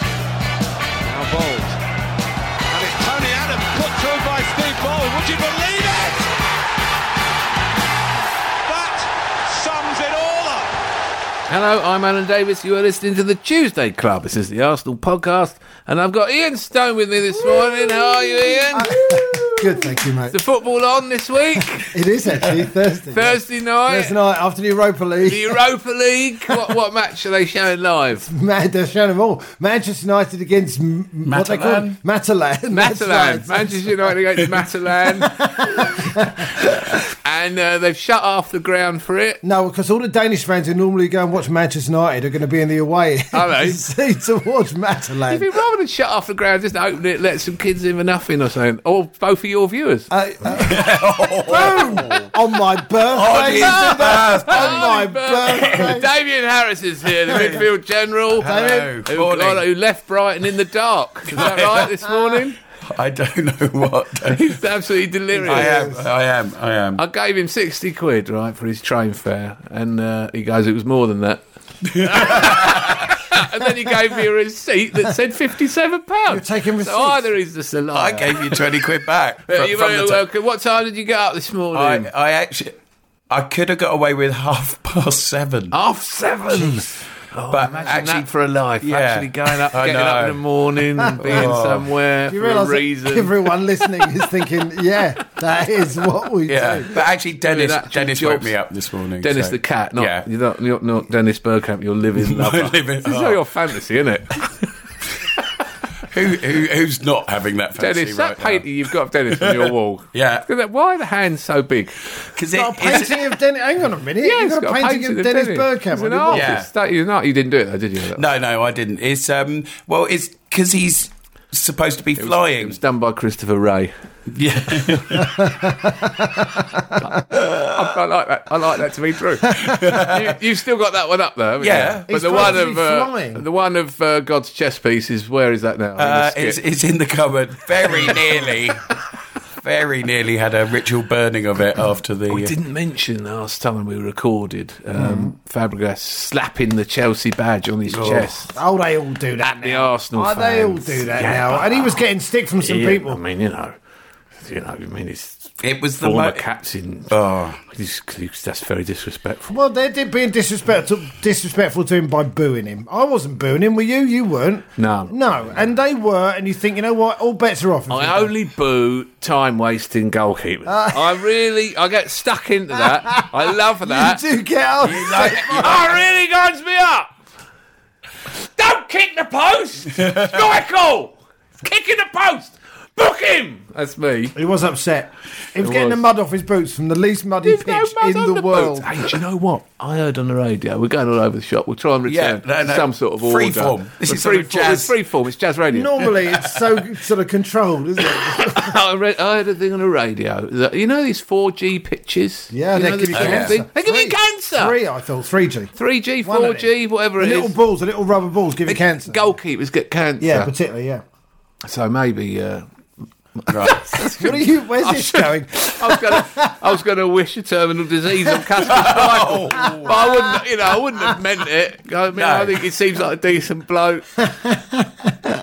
Now Bold. And it's Tony Adams put through by Steve Bold. Would you believe it? That sums it all up. Hello, I'm Alan Davis. You are listening to the Tuesday Club. This is the Arsenal podcast, and I've got Ian Stone with me this morning. How are you, Ian? Good, thank you, mate. the football on this week, It is actually Thursday. Thursday night, Thursday night after the Europa the League. Europa League. What, what match are they showing live? Man, they're showing them all. Manchester United against M- what they call it? Matalan. That's Matalan, right. Manchester United against Matalan, and uh, they've shut off the ground for it. No, because all the Danish fans who normally go and watch Manchester United are going to be in the away Are they? seats to watch Matalan. If you rather than shut off the ground, just open it, let some kids in for nothing or something, or both of your viewers. Uh, Oh. uh, boom! On my On birthday. his birthday. On my Birthday. birthday. Damien Harris is here, the midfield general. Hello, Who, morning. God, who left Brighton in the dark. Is that right this morning? I don't know what. day. He's absolutely delirious. I am. I am. I am. I gave him 60 quid, right, for his train fare, and uh, he goes, it was more than that. and then he gave me a receipt that said £57. You're taking receipts. So either he's just a liar. I gave you twenty quid back. Uh, from- You're from very the t- welcome. What time did you get up this morning? I, I actually, I could have got away with half past seven. Half seven. but Oh, Imagine that for a life. Yeah. Actually going up, I getting up in know. the morning and being Oh. somewhere Do you for a realise that reason. everyone listening is thinking, yeah, that is what we yeah, do. but actually, Dennis, that two Dennis jobs. woke me up this morning. Dennis so- the cat, not, yeah. you're not, you're not Dennis Bergkamp, you're living lover. living- this is oh. your fantasy, isn't it? Who, who, who's not having that fancy Dennis, right that painting you've got of Dennis on your wall. Yeah. Look at that. Why are the hands so big? Because Got a painting of Dennis. Hang on a minute. Yeah, You've it's got a painting of Dennis Bergkamp. He's on an your wall. artist. Yeah. Don't you not? You didn't do it, though, did you? No, no, I didn't. It's um. Well, it's because he's supposed to be flying. It was done by Christopher Ray. yeah. I, I like that. I like that to be true. you, you've still got that one up there, haven't Yeah. you? But It's the supposed one, to be of, uh, flying. the one of uh, God's chess piece is where is that now? In the Uh, skit. it's, it's in the cupboard. Very nearly, very nearly had a ritual burning of it after the. We Oh, didn't mention last time we recorded um, Fabregas slapping the Chelsea badge on his chest. Oh, they all do that. At the now. Arsenal Oh, they all fans. do that Yeah, now. but- And he was getting stick from some Yeah, I people. mean, you know, you know, I mean, it's It was the former mo- captain. Oh. He's- he's- that's very disrespectful. Well, they're di- being disrespectful, disrespectful to him by booing him. I wasn't booing him. Were you? You weren't. No. No. And they were. And you think, you know what? All bets are off. if I you- only boo time wasting goalkeepers. Uh, I really, I get stuck into that. I love that. You do get out. I really grinds me up. Don't kick the post. Michael, kicking the post. Book him. That's me. He was upset. He was getting was. the mud off his boots from the least muddy There's no pitch mud in on the, world. boot. Hey, do you know what? I heard on the radio. We're going all over the shop. We'll try and Yeah, return no, no. some sort of order. Free form. This But is sort free of form- jazz. It's free form. It's jazz radio. Normally, it's so sort of controlled, isn't it? I, read, I heard a thing on the radio. that- you know these 4G pitches? Yeah, you they know, give you this sort of cancer. thing? They give you Three- cancer. Three, I thought. Three G. 3G, One of 4G, whatever it is. Little balls, the little rubber balls, give you cancer. Goalkeepers get cancer. Yeah, particularly. Yeah. so maybe. Uh, Right. What are you? Where's this going? I was gonna, I was gonna wish a terminal disease on Casper Schmeichel, but I wouldn't, you know, I wouldn't have meant it. I mean, No. I think he seems like a decent bloke.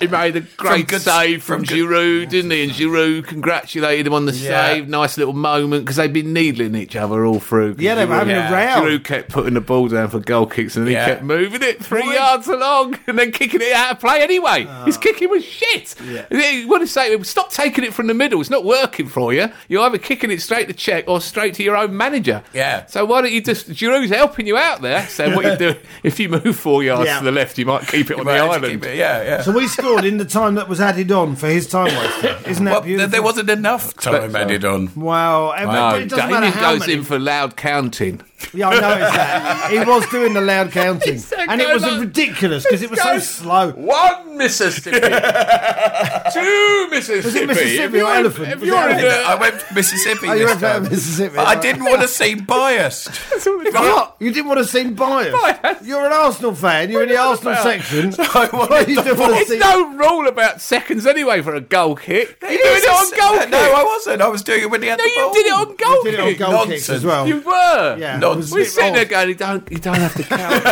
he made a great good- save from, from good- Giroud, didn't he? And Giroud congratulated him on the Yeah. save. Nice little moment because they'd been needling each other all through. 'cause Yeah, they were Giroud- having Yeah. a row. Giroud kept putting the ball down for goal kicks and he Yeah. kept moving it three yards Oh. along and then kicking it out of play anyway. His kicking was shit. He- What is say? Stop taking kicking it from the middle. It's not working for you. You're either kicking it straight to check or straight to your own manager. Yeah. So why don't you just Giroud's helping you out there? So what you do if you move four yards Yeah. to the left, you might keep it on the Right, island. just keep it- Yeah, yeah. So we scored in the time that was added on for his time waster. Isn't that Well, there, beautiful? there wasn't enough time added on. Wow, every- No, it doesn't matter Damien how uh, goes many. in for loud counting. Yeah, I noticed that. He was doing the loud counting, He's so and it good, was look. ridiculous because it was so Let's slow. One Mississippi, two Mississippi. Was it Mississippi or elephant? if Was it you're in elephant? a- I went to Mississippi. Oh, you this went down time. to Mississippi. But I didn't want to seem biased. What? You didn't want to seem biased. Biased. You're an Arsenal fan. You're in the Arsenal section. I wanted Why you the didn't want ball. to It's seem- no rule about seconds anyway for a goal kick. You're doing it on goal kick. No, I wasn't. I was doing it when he had No, the you ball. did it on goal Did it on kick. goal kicks as Nonsense. well. You were. yeah, it Nonsense. was a We're bit sitting there odd. going, you don't, you don't have to count.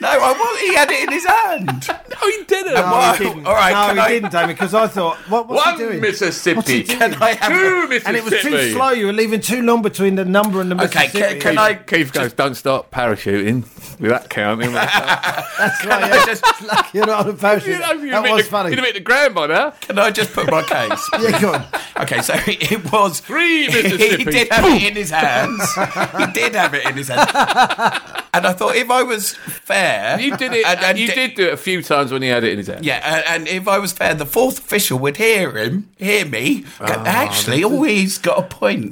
No, I was. He had it in his hand. no, you didn't. No, Why- he didn't. all right, no, can he I- didn't, Damien, because I thought, what was he doing? One Mississippi. Can I have Two Mississippi. And it was too slow. You were leaving too long between the number and the Okay, Mississippi. can, can I? Keith goes, don't start parachuting with that counting. you That's right, yeah. You're not on a parachute. know, you'd that hit was the, funny. You'd have hit the ground by now. Can I just put my case? Yeah, go on. Okay, so it was Three Mississippi. He did have it in his hands. he did have it in his hands. And I thought if I was fair, You did it. and- and you di- did do it a few times when he had it in his hand. Yeah, and, and if I was fair, the fourth official would hear him, hear me. go, Actually, oh, he's got a point.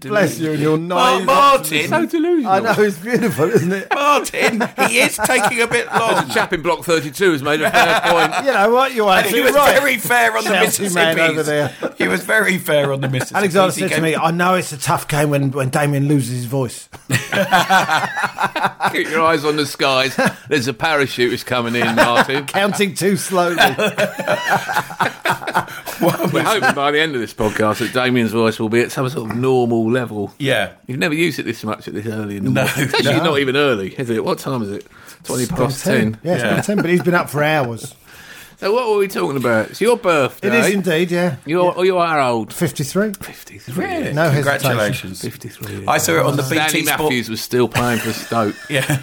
Bless you and your Mar- nine. Martin, So delusional. I know, it's beautiful, isn't it? Martin, he is taking a bit long. The chap in block 32 has made a fair point. You know what? You And are he too was right. very fair on the Chelsea man Mississippi. over there. He was very fair on the Mississippi. Alexander said to me, I know it's a tough game when, when Damien loses his voice. Keep your eyes on the skies. There's a parachute is coming in, Martin. Counting too slowly. I We're hoping by the end of this podcast that Damien's voice will be at some sort of normal level. Yeah. You've never used it this much at this early in the No, morning. It's actually no. not even early, is it? What time is it? 20 past 10. Yeah, it's Yeah. been 10, but he's been up for hours. So what were we talking about? It's your birthday. It is indeed, yeah. You're, you are old. 53. 53. No hesitation. Congratulations. 53. I saw it on the BT Danny Sport. Matthews was still playing for Stoke. Yeah.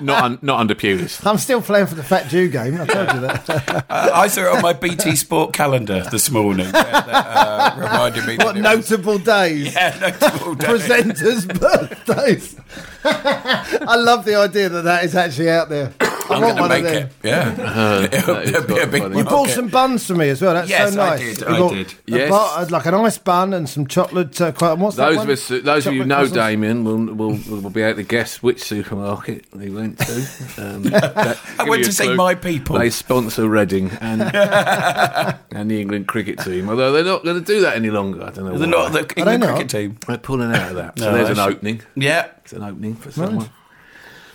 not, un, not under Pulis. I'm still playing for the Fat Jew game. I told you that. Uh, I saw it on my BT Sport calendar this morning. That, uh, reminded me. what that it was- notable days. Yeah, notable day. Presenters' birthdays. I love the idea that that is actually out there. I I'm going want to one make of them. it. Yeah, it'll, Uh, that is it'll be a quite big. funny. You market. bought some buns for me as well. That's Yes, so I nice. did, You I bought did. a Yes. bar- uh, like an ice bun and some chocolate. Uh, quite, what's that Those one? of us, those of you who Chocolate know croissants. Damien, will will will be able to guess which supermarket they went to. Um, that- I give went you to a see clue. my people. They sponsor Reading and and the England cricket team, although they're not going to do that any longer. I don't know. They're why. not the England know. cricket team. They're pulling out of that. so No, there's an that's- opening. Yeah, It's an opening for someone.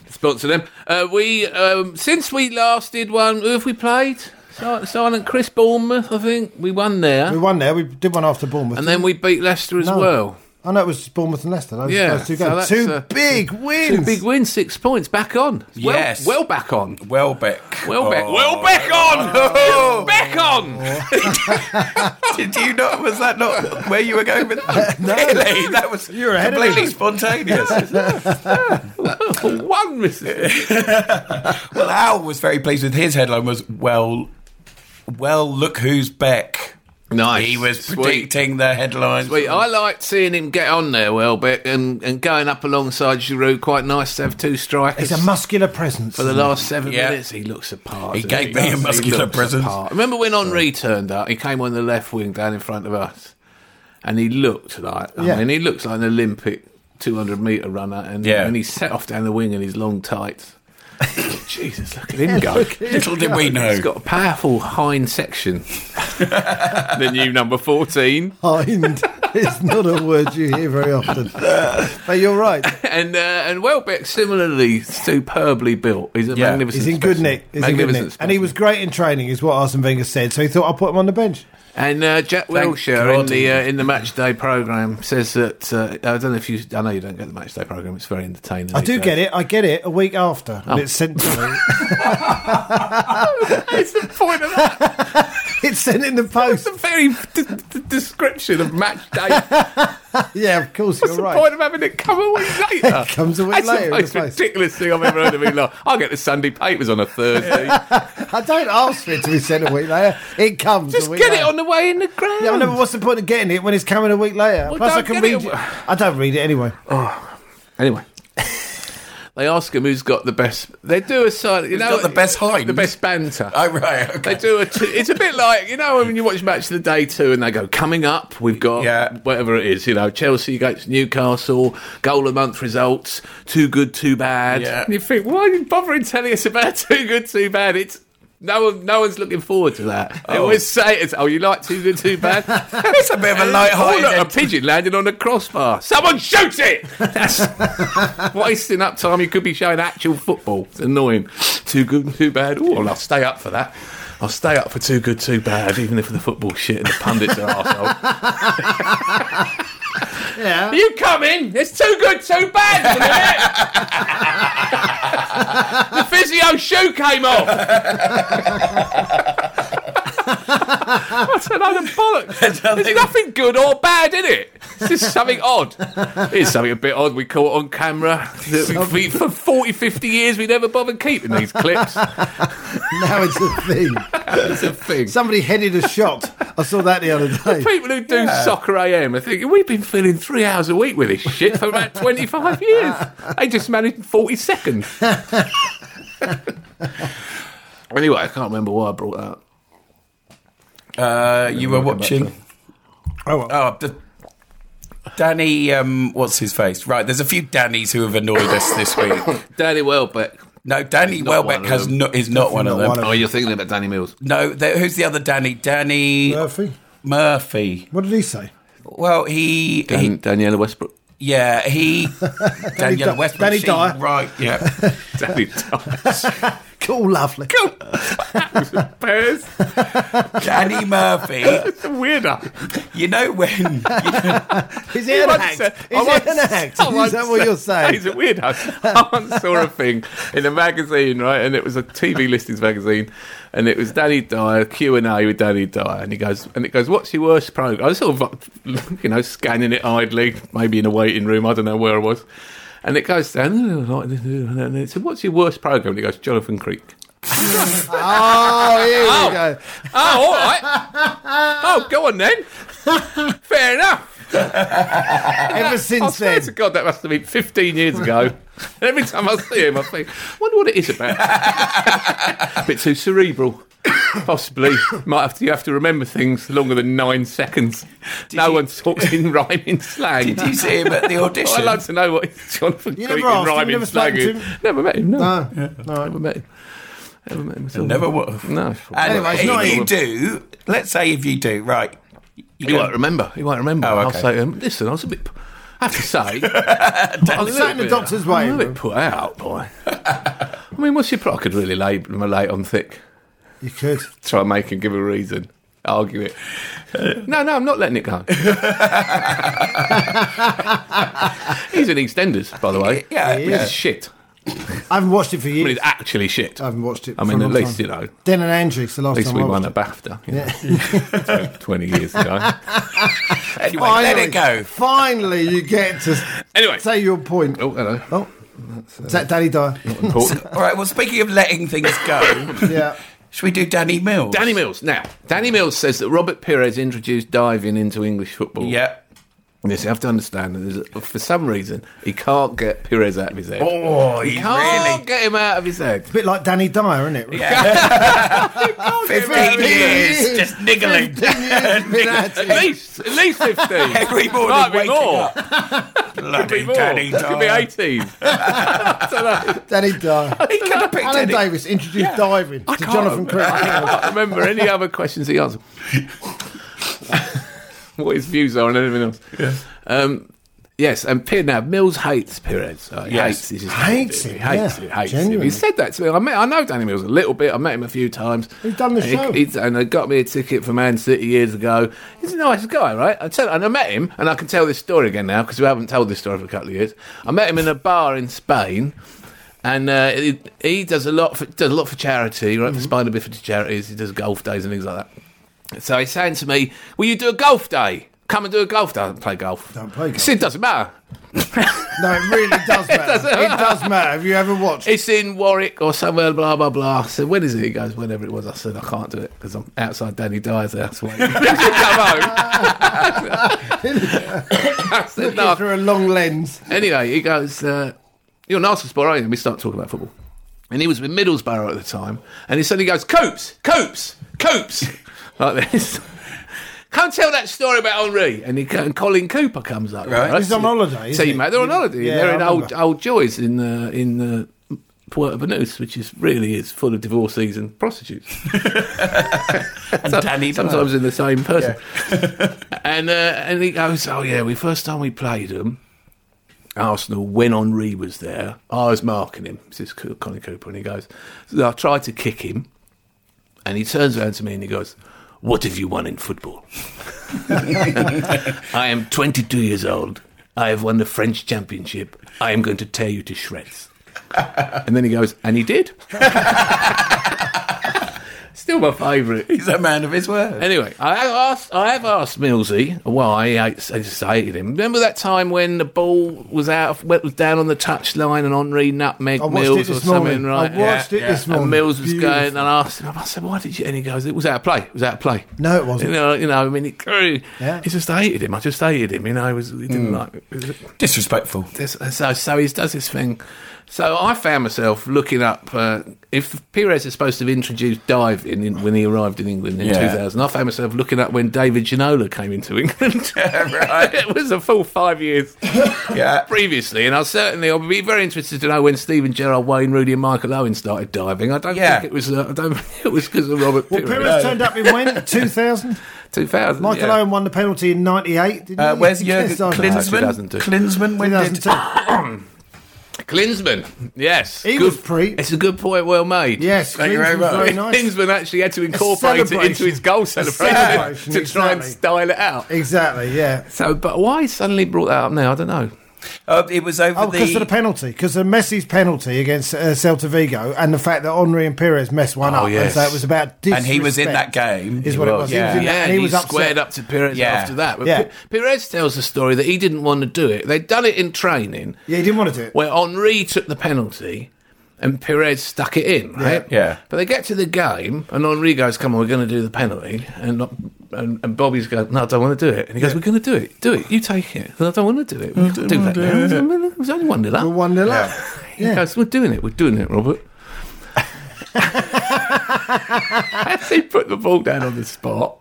Sponsor them. Uh, we um, since we last did one, who have we played? Sil- Silent Chris Bournemouth, I think we won there, We won there. We did one after Bournemouth. and then we beat Leicester as No. well. I know it was Bournemouth and Leicester. Those, Yeah, those two, so games. that's, two uh, big wins. Two big wins, six points, back on. Well, Yes. well back on. Welbeck. Well back, Oh. well back on. back on. Did you not? Was that not where you were going with that? Oh. no, really, that was you were ahead of completely me. spontaneous. One Mississippi. well, Al was very pleased with his headline. Was well, well, look who's back. Nice. He was Sweet. predicting the headlines. Sweet. I liked seeing him get on there well, but and, and going up alongside Giroud. Quite nice to have two strikers. It's a muscular presence. For the last seven Yeah. minutes, he looks apart. He doesn't gave me a He muscular looks presence. apart. Remember when Henri turned up? He came on the left wing down in front of us, and he looked like. I Yeah. mean, he looks like an Olympic 200 meter runner, and Yeah. and he set off down the wing in his long tights. Jesus, look at him go! Little did we know. He's got a powerful hind section. the new number 14. hind. it's not a word you hear very often. But you're right. and uh, and Welbeck similarly superbly built. He's a Yeah. magnificent. He's in good specimen. nick. He's in good magnificent nick. And he specimen. was great in training, is what Arsene Wenger said. So he thought, I'll put him on the bench. And uh, Jack Wilshire in God the he- uh, in the match day program says that uh, I don't know if you I know you don't get the match day program. It's very entertaining. I do get it. I get it a week after. Oh. And it's sent to me. It's the point of that. It's sent in the post. It's a very d- d- description of match day. What's Yeah, of course, you're the right. point of having it come a week later? It comes a week That's later in the the most post. ridiculous thing I've ever heard of in my life. I'll get the Sunday papers on a Thursday. I don't ask for it to be sent a week later. It comes. Just a week get it later. on the way in the ground. Yeah, I know, but what's the point of getting it when it's coming a week later? Well, Plus, I don't can get it Oh. read a it. w- I don't read it anyway. Anyway, they ask him who's got the best. They do a side. You know, got the best hind? the best banter. Oh, right. Okay. They do a. T- it's a bit like you know when you watch Match of the Day too, and they go coming up. We've got Yeah. whatever it is. You know, Chelsea against Newcastle, goal of the month results. Too good, too bad. Yeah. And you think why are you bothering telling us about too good, too bad? It's no one, no one's looking forward to that. They always say it's, "Oh, you like too good, too bad." it's a bit of a light-hearted Oh, look, a end. pigeon landed on a crossbar. Someone shoot it. That's wasting up time. You could be showing actual football. It's annoying. Too good, and too bad. Oh, well, I'll stay up for that. I'll stay up for too good, too bad, even if the football shit and the pundits are arsehole. Yeah. you come in, it's too good, too bad. isn't it? the physio shoe came off. That's another "Oh, bollocks. There's nothing good or bad in it. It's just something odd. It's something a bit odd we caught on camera. That we, for 40, 50 years, we never bothered keeping these clips. Now it's a thing. It's a thing. Somebody headed a shot. I saw that the other day. People who do soccer AM are thinking, we've been filling three hours a week with this shit for about 25 years. They just managed 40 seconds. anyway, I can't remember why I brought that up. Uh, you were watching. Oh, well. Oh, the, Danny, um, what's his face? Right, there's a few Dannys who have annoyed us this week. Danny Welbeck. No, Danny Not one Welbeck of has them. no, is not one of not them. one of Oh, you're thinking about Danny Mills. No, there, who's the other Danny? Danny Murphy. Murphy. What did he say? Well, he, he Dan- Daniela Westbrook. yeah, he Daniel Di- Westbrook. Danny she- Dyer. right? Yeah, Danny Thomas. Cool, lovely. Bears. Danny Murphy. It's weirder. You know when? Is it an once act? said- Is I it an once- act? I once Is that what you're said- saying? He's a weirdo. I once saw a thing in a magazine, right, and it was a TV listings magazine, and it was Danny Dyer Q and A with Danny Dyer, and he goes, and it goes, what's your worst program? I was sort of, you know, scanning it idly, maybe in a waiting room, I don't know where I was, and it goes down, like this, and it said, what's your worst program? And he goes, Jonathan Creek. Oh, here we go. Oh, all right. Oh, go on then. Fair enough. Ever I since swear to then, God, that must have been 15 years ago. And every time I see him, I think, I wonder what it is about. a bit too cerebral. Possibly. Might have to, you have to remember things longer than nine seconds. no you- one talks in rhyming slang. Did you see him at the audition? I'd like to know what Jonathan You Creek never in asked him, rhyming never spoken slang to is. him? Never met him, no. No, Never met him. Never met him at all. Never would have. No. And Anyway, it's if not you even- do, let's say if you do, right? You He go- won't remember. He won't remember. Oh, I'll okay. say to him, listen, I was a bit. I have to say, I was a sat in the bit- doctor's I waiting was a bit room. put out, boy. I mean, what's your pro? I could really lay, relate on thick. you could. Try and make him give a reason. Argue it. No, no, I'm not letting it go. He's in EastEnders, by the way. Yeah, Which yeah. Oh, is shit. I haven't watched it for I mean, years. it's actually shit. I haven't watched it. I for mean, a at long least, time. you know, at Den and Andrews, the last least time we I won watched a it. BAFTA you know, 20 years ago. Anyway, Finally, let it go. Finally, you get to Anyway. say your point. Oh, hello. Oh, is that Danny Dyer? Important. All right. Well, speaking of letting things go, yeah. should we do Danny Mills? Danny Mills. Now, Danny Mills says that Robert Pires introduced diving into English football. Yeah. Yes, you have to understand that there's a, for some reason he can't get Pires out of his head. Oh, he can't really. get him out of his head. bit like Danny Dyer, isn't it? Fifteen years, just niggling. Been at At it. least, at least fifteen. Every morning Might be waking more. up. Could be Bloody more. Danny Could be Dyer. eighteen. I don't know. Danny Dyer. He could have picked Alan any. Davis introduced diving to can't Jonathan Creek. I can't remember any other questions he asked. what his views are on anything else. Yes. Um, yes, and P- now Mills hates Pires. Uh, he Yes. hates, he just Hates He him, hates yeah, it. Hates him. He genuinely. said that to me. I, met, I know Danny Mills a little bit. I met him a few times. He's done the and he- show. he's- and he got me a ticket for Man City years ago. He's a nice guy, right? I tell, and I met him, and I can tell this story again now because we haven't told this story for a couple of years. I met him in a bar in Spain. And uh, he, Mm-hmm. he does a lot for does a lot for charity, right? For Spider Bifford charities, he does golf days and things like that. So he's saying to me, Will you do a golf day? Come and do a golf day. I don't play golf. Don't play golf. He said, Doesn't matter. No, it really does matter. doesn't it matter. does matter. Have you ever watched? It's in Warwick or somewhere, blah, blah, blah. I said, When is it? He goes, Whenever it was. I said, I can't do it because I'm outside Danny Dyer's house waiting. for him to come home. I said, Looking No, through a long lens. Anyway, he goes, uh, You're an Arsenal supporter, aren't you? And we start talking about football. And he was with Middlesbrough at the time. And he suddenly goes, Coops, Coops, Coops. like this. Come tell that story about Henri. And, he, co- and Colin Cooper comes up. Right. He's on holiday, So isn't you he? mate, they're on holiday. Yeah, they're in I old, remember. old Joy's in, uh, in uh, Puerto Banús, which is really is full of divorcees and prostitutes. And Danny Dyer. sometimes in the same person. and uh, and he goes, "Oh yeah, we first time we played them, Arsenal when Henri was there, I was marking him. This is Co- Connie Cooper, and he goes, so I tried to kick him, and he turns around to me and he goes." What have you won in football? I am 22 years old. I have won the French championship. I am going to tear you to shreds. and then he goes, and he did. Still my favourite. He's a man of his word. Anyway, I have asked, I have asked Millsy why I, hate- I just hated him. Remember that time when the ball was out, of, went- was down on the touchline, and Henri nutmeg I watched Mills it or this something, morning. right? I watched Yeah, it this yeah. morning. And Mills was Beautiful. going, and I asked him, I said, why did you? And he goes, it was out of play. It was out of play. No, it wasn't. You know, you know I mean, it grew. Yeah. Mm. He just hated him. I just hated him. You know, he was, he didn't like it was Disrespectful. this, so so he does this thing. So I found myself looking up uh, if Pires is supposed to have introduced diving in, when he arrived in England in Yeah. 2000. I found myself looking up when David Ginola came into England. right. it was a full five years Yeah. previously, and I certainly I'll be very interested to know when Stephen Gerrard, Wayne Rooney, and Michael Owen started diving. I don't Yeah. think it was. Uh, I don't. think It was because of Robert Well, Pires. Pires turned up in when? 2000? 2000. Michael yeah. Owen won the penalty in 98, didn't Uh, he? where's Yes, Jurgen I Klinsmann? know. Klinsman? 2002. Klinsman, when did 2002. Klinsman. Yes, He was pre- It's a good point. Well made. Yes, Thank you very Klinsmann's much. very nice. Klinsman actually had to incorporate it into celebration. his goal A celebration, celebration, to try and exactly. style it out. Exactly, yeah. So, but why he suddenly brought that up now? I don't know. Uh, it was over Oh, because the. of the penalty, because of Messi's penalty against uh, Celta Vigo, and the fact that Henri and Pires messed one Oh, up, yes. and so it was about disrespect. and he was in that game. Is what it was. Yeah. He was in Yeah, that, and and he, he was upset. squared up to Perez Yeah. after that. But Yeah. P- Perez tells the story that he didn't want to do it. They'd done it in training, Yeah, he didn't want to do it. where Henri took the penalty and Perez stuck it in, right? Yeah. But they get to the game and Henri goes, Come on, we're going to do the penalty. And, not- and, and Bobby's going, No, I don't want to do it. And he goes, We're going to do it. Do it. You take it. "No, I don't want to do it. We can't do that. now." It was only 1 nil up. We're one nil up. He goes, We're doing it. We're doing it, Robert. As he put the ball down on the spot,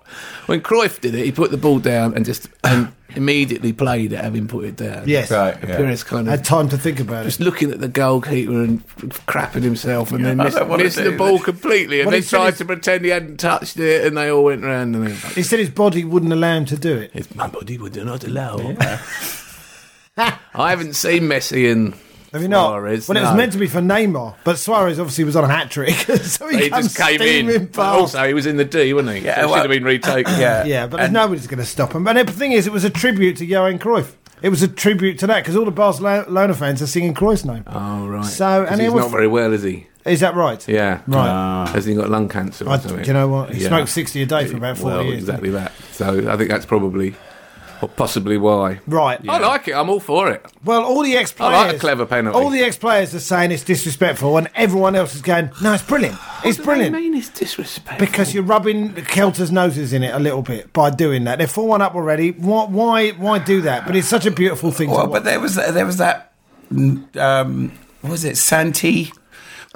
when Cruyff did it, he put the ball down and just and immediately played it, having put it down. Yes. Right, yeah. Perez kind of Had time to think about it. just looking at the goalkeeper and crapping himself and then I missed, don't wanna missed do the this. ball completely and Well, then he said tried he's- to pretend he hadn't touched it and they all went round and then He said his body wouldn't allow him to do it. it's my body would not allow. I haven't seen Messi and Have you not? Suarez. well, it was no. meant to be for Neymar, but Suarez obviously was on a hat trick, so he, He comes just came steaming in. But past. also, he was in the D, wasn't he? Yeah, Yeah, so it well- should have been retaken. Yeah. yeah, but And- nobody's going to stop him. And the thing is, it was a tribute to Johan Cruyff. It was a tribute to that because all the Barcelona fans are singing Cruyff's name. Oh right. So, 'Cause and he's it was- not very well, is he? Is that right? Yeah. Right. Has he got lung cancer or I, something? do you know what? He Yeah. smoked 60 a day for about 40 Well, years. exactly that. So I think that's probably, or possibly why. Right. I like it. I'm all for it. Well, all the ex I players. like a clever penalty. All the ex players are saying it's disrespectful, and everyone else is going, no, it's brilliant. It's brilliant. I mean, it's disrespectful. Because you're rubbing Kelter's noses in it a little bit by doing that. They're 4 1 up already. Why, why why do that? But it's such a beautiful thing Well, to but watch. there was there was that. Um, what was it Santi?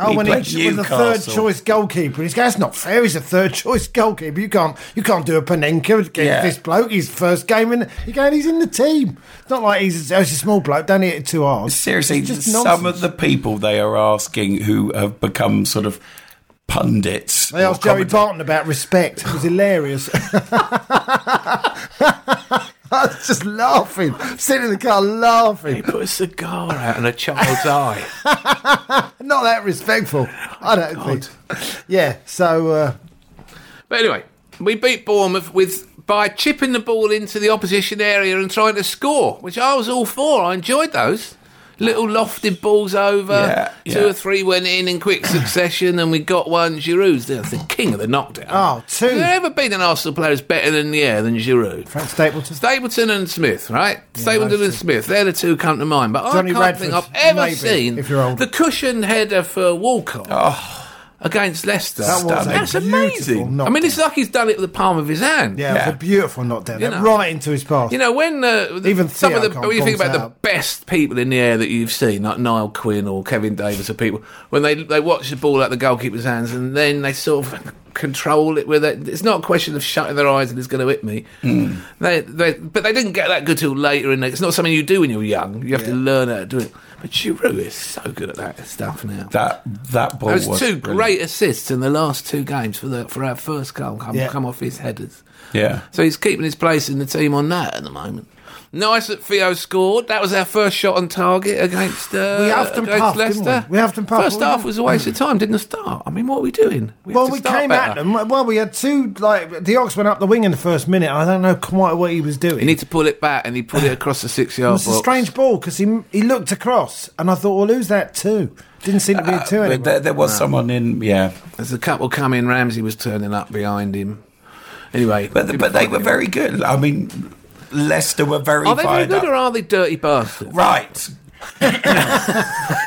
Oh, when he played was a third Newcastle. choice goalkeeper, he's going, that's not fair. He's a third choice goalkeeper. You can't you can't do a Panenka against Yeah. this bloke. His first game, and you're going, he's in the team. It's not like he's, oh, he's a small bloke. Don't hit it too hard. Seriously, It's just some nonsense. of the people they are asking who have become sort of pundits. They or asked Joey commenta- Barton about respect. It was hilarious. I was just laughing, sitting in the car He laughing. put a cigar out in a child's eye. Not that respectful, I don't think. Yeah, so uh, But anyway, we beat Bournemouth with by chipping the ball into the opposition area and trying to score, which I was all for. I enjoyed those. little lofted balls over. Yeah, Two yeah. or three went in in quick succession, and we got one. Giroud's the, the king of the knockdown. Oh, two. Has there ever been an Arsenal player who's better in the air than Giroud? Frank Stapleton. Stapleton and Smith, right? Stapleton those and two. Smith, they're the two come to mind. But Johnny I can't Radford, think I've ever maybe, seen if you're old. the cushioned header for Walcott against Leicester. That was a That's beautiful amazing. I knockdown. mean, it's like he's done it with the palm of his hand. Yeah, it was a beautiful knockdown. You know. That right into his path. You know, when uh, the- Even some of Theo the can't when you think bounce about out. the best people in the air that you've seen, like Niall Quinn or Kevin Davis or people, when they they watch the ball out the goalkeeper's hands and then they sort of control it with it. It's not a question of shutting their eyes and it's going to hit me. Hmm. They, they, but they didn't get that good till later, and it's not something you do when you're young. You have to learn how to do it. But Giroud is so good at that stuff now. That that ball Those was two brilliant. great assists in the last two games for the for our first goal come, Yeah. come off his headers. Yeah. So he's keeping his place in the team on that at the moment. Nice that Theo scored. That was our first shot on target against uh, We huffed and against puffed, didn't Leicester. we? We huffed and puffed, First but we half didn't- was a waste of time. Didn't start. I mean, what are we doing? We had well, to we start came better. at them. Well, we had two. Like the ox went up the wing in the first minute. I don't know quite what he was doing. He need to pull it back, and he pulled it across the it six-yard box. was a strange ball because he he looked across, and I thought, well, who's that too? Didn't seem to Uh, be a two. But anymore. there, there was someone in, yeah. There's a couple coming. Ramsey was turning up behind him. Anyway, But but they were very good. I mean, Leicester were very. Are they very fired good, or up. are they dirty bastards? right?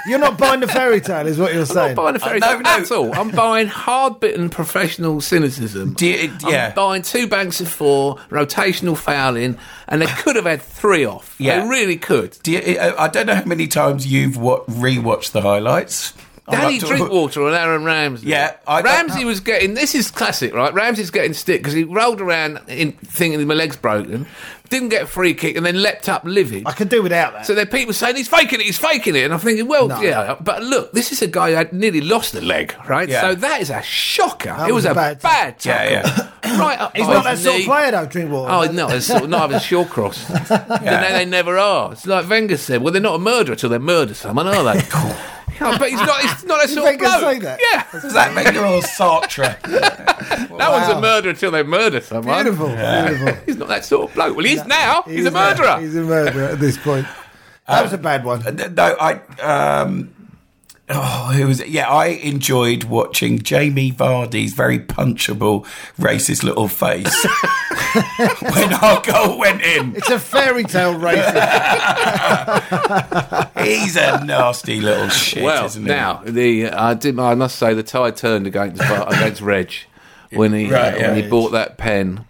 You're not buying the fairy tale, is what you're I'm saying. not buying a fairy Uh, no, tale no. at all. I'm buying hard-bitten professional cynicism. Do you- yeah. I'm buying two banks of four, rotational fouling, and they could have had three off. Yeah. They really could. Do you, I I don't know how many times you've what, rewatched the highlights. I'm Danny up to- Drinkwater and Aaron Ramsey. Yeah, I don't- Ramsey was getting. This is classic, right? Ramsey's getting stick because he rolled around in thinking my leg's broken, didn't get a free kick, and then leapt up livid. I could do without that. So there are people saying he's faking it, he's faking it, and I'm thinking, well, No. yeah, but look, this is a guy who had nearly lost a leg, right? Yeah. So that is a shocker. it was, was a a bad bad, Yeah, tackle. right up He's by not that his sort of knee. player, though. Drinkwater. Oh no, it's sort of, neither is Shawcross. They, they never are. It's like Wenger said. Well, they're not a murderer till they murder someone, are they? Yeah, but he's not. He's not that Did sort of Wenger bloke. say that? Yeah, Does that make you all Sartre? no one's Wow. a murderer till they murder someone. beautiful, beautiful. He's not that sort of bloke. Well, he is now. He's, a murderer. Uh, he's a murderer at this point. That was a bad one. no, I. Um, oh, who was it? Yeah, I enjoyed watching Jamie Vardy's very punchable, racist little face when our goal went in. It's a fairy tale racist. He's a nasty little shit, well, isn't he? now the I did. I must say the tide turned against against Reg when he Right, yeah. when he bought that pen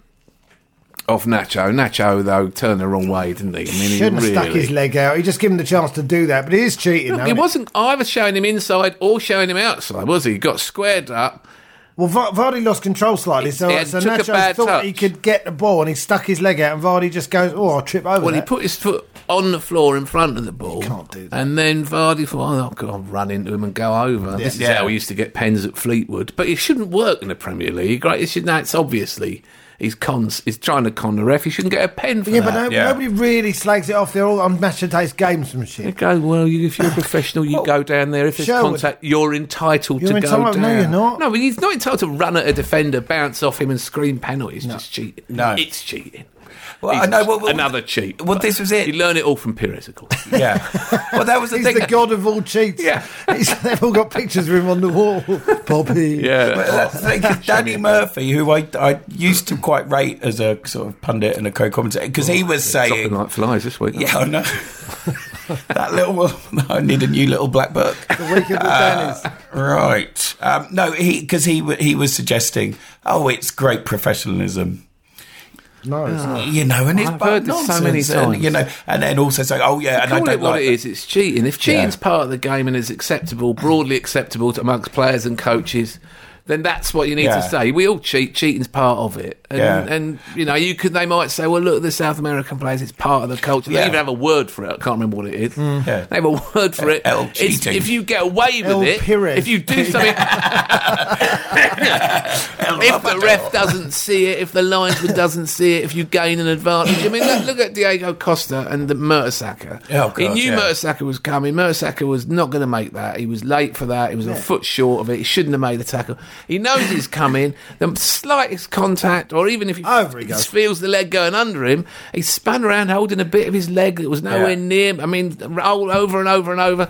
off Nacho. Nacho though turned the wrong way, didn't he? I mean, he Shouldn't have stuck really- his leg out. He just gave him the chance to do that, but it is cheating. though, He isn't it? wasn't either showing him inside or showing him outside, was he? He got squared up. Well, Va- Vardy lost control slightly, so, Yeah, so took a Nacho bad thought touch. he could get the ball, and he stuck his leg out, and Vardy just goes, "Oh, I'll trip over." Well, he that. put his foot on the floor in front of the ball. can't do that. And then Vardy thought, oh, God, I'll run into him and go over. This is Yeah. how we used to get pens at Fleetwood. But it shouldn't work in the Premier League, right? It should, no, it's obviously he's, cons, he's trying to con the ref. He shouldn't get a pen for yeah, that. but no, yeah. nobody really slags it off. They're all on match of the day's They gamesmanship. go, well, you, if you're a professional, you go down there. If there's Sherwood. contact, you're entitled You're to entitled- go down. no, you're not. No, but he's not entitled to run at a defender, bounce off him, and scream penalty. It's just cheating. No. It's cheating. Well, He's I know, well, well, another cheat. well, this was it. You learn it all from Pires, of course. Yeah. Well, that was the He's thing. the god of all cheats. Yeah. He's, they've all got pictures of him on the wall. Bobby. But that's the thing, Danny Murphy, who I, I used to quite rate as a sort of pundit and a co-commentator, because he was Dropping saying, like flies this week. "Yeah, I know that little. I need a new little black book." The week of the Dannys. Right? Um, no, he because he wa- he was suggesting, "Oh, it's great professionalism." No, it's not. You know, and it's Oh. I've but heard this so many nonsense, and, times. you know, and then also saying, "Oh yeah," and I Call don't it what like it is. It's cheating. If cheating's part of the game and is acceptable, broadly acceptable to- amongst players and coaches, then that's what you need Yeah. to say. We all cheat. Cheating's part of it. And, Yeah. and you know, you could. They might say, "Well, look, the South American players. It's part of the culture." They Yeah. Mm. even have a word for it. I can't remember what it is. Yeah. They have a word for it. El It's- cheating. if you get away with El it, Pires. if you do something, if the ref doesn't see it, if the linesman doesn't see it, if you gain an advantage. I mean, look, look at Diego Costa and the Mertesacker. Oh, God, he knew yeah. Mertesacker was coming. Mertesacker was not going to make that. He was late for that. He was a foot short of it. He shouldn't have made the tackle. He knows he's coming. The slightest contact, or even if he Over he goes. feels the leg going under him, he spun around holding a bit of his leg that was nowhere Yeah. near him. I mean, roll over and over and over.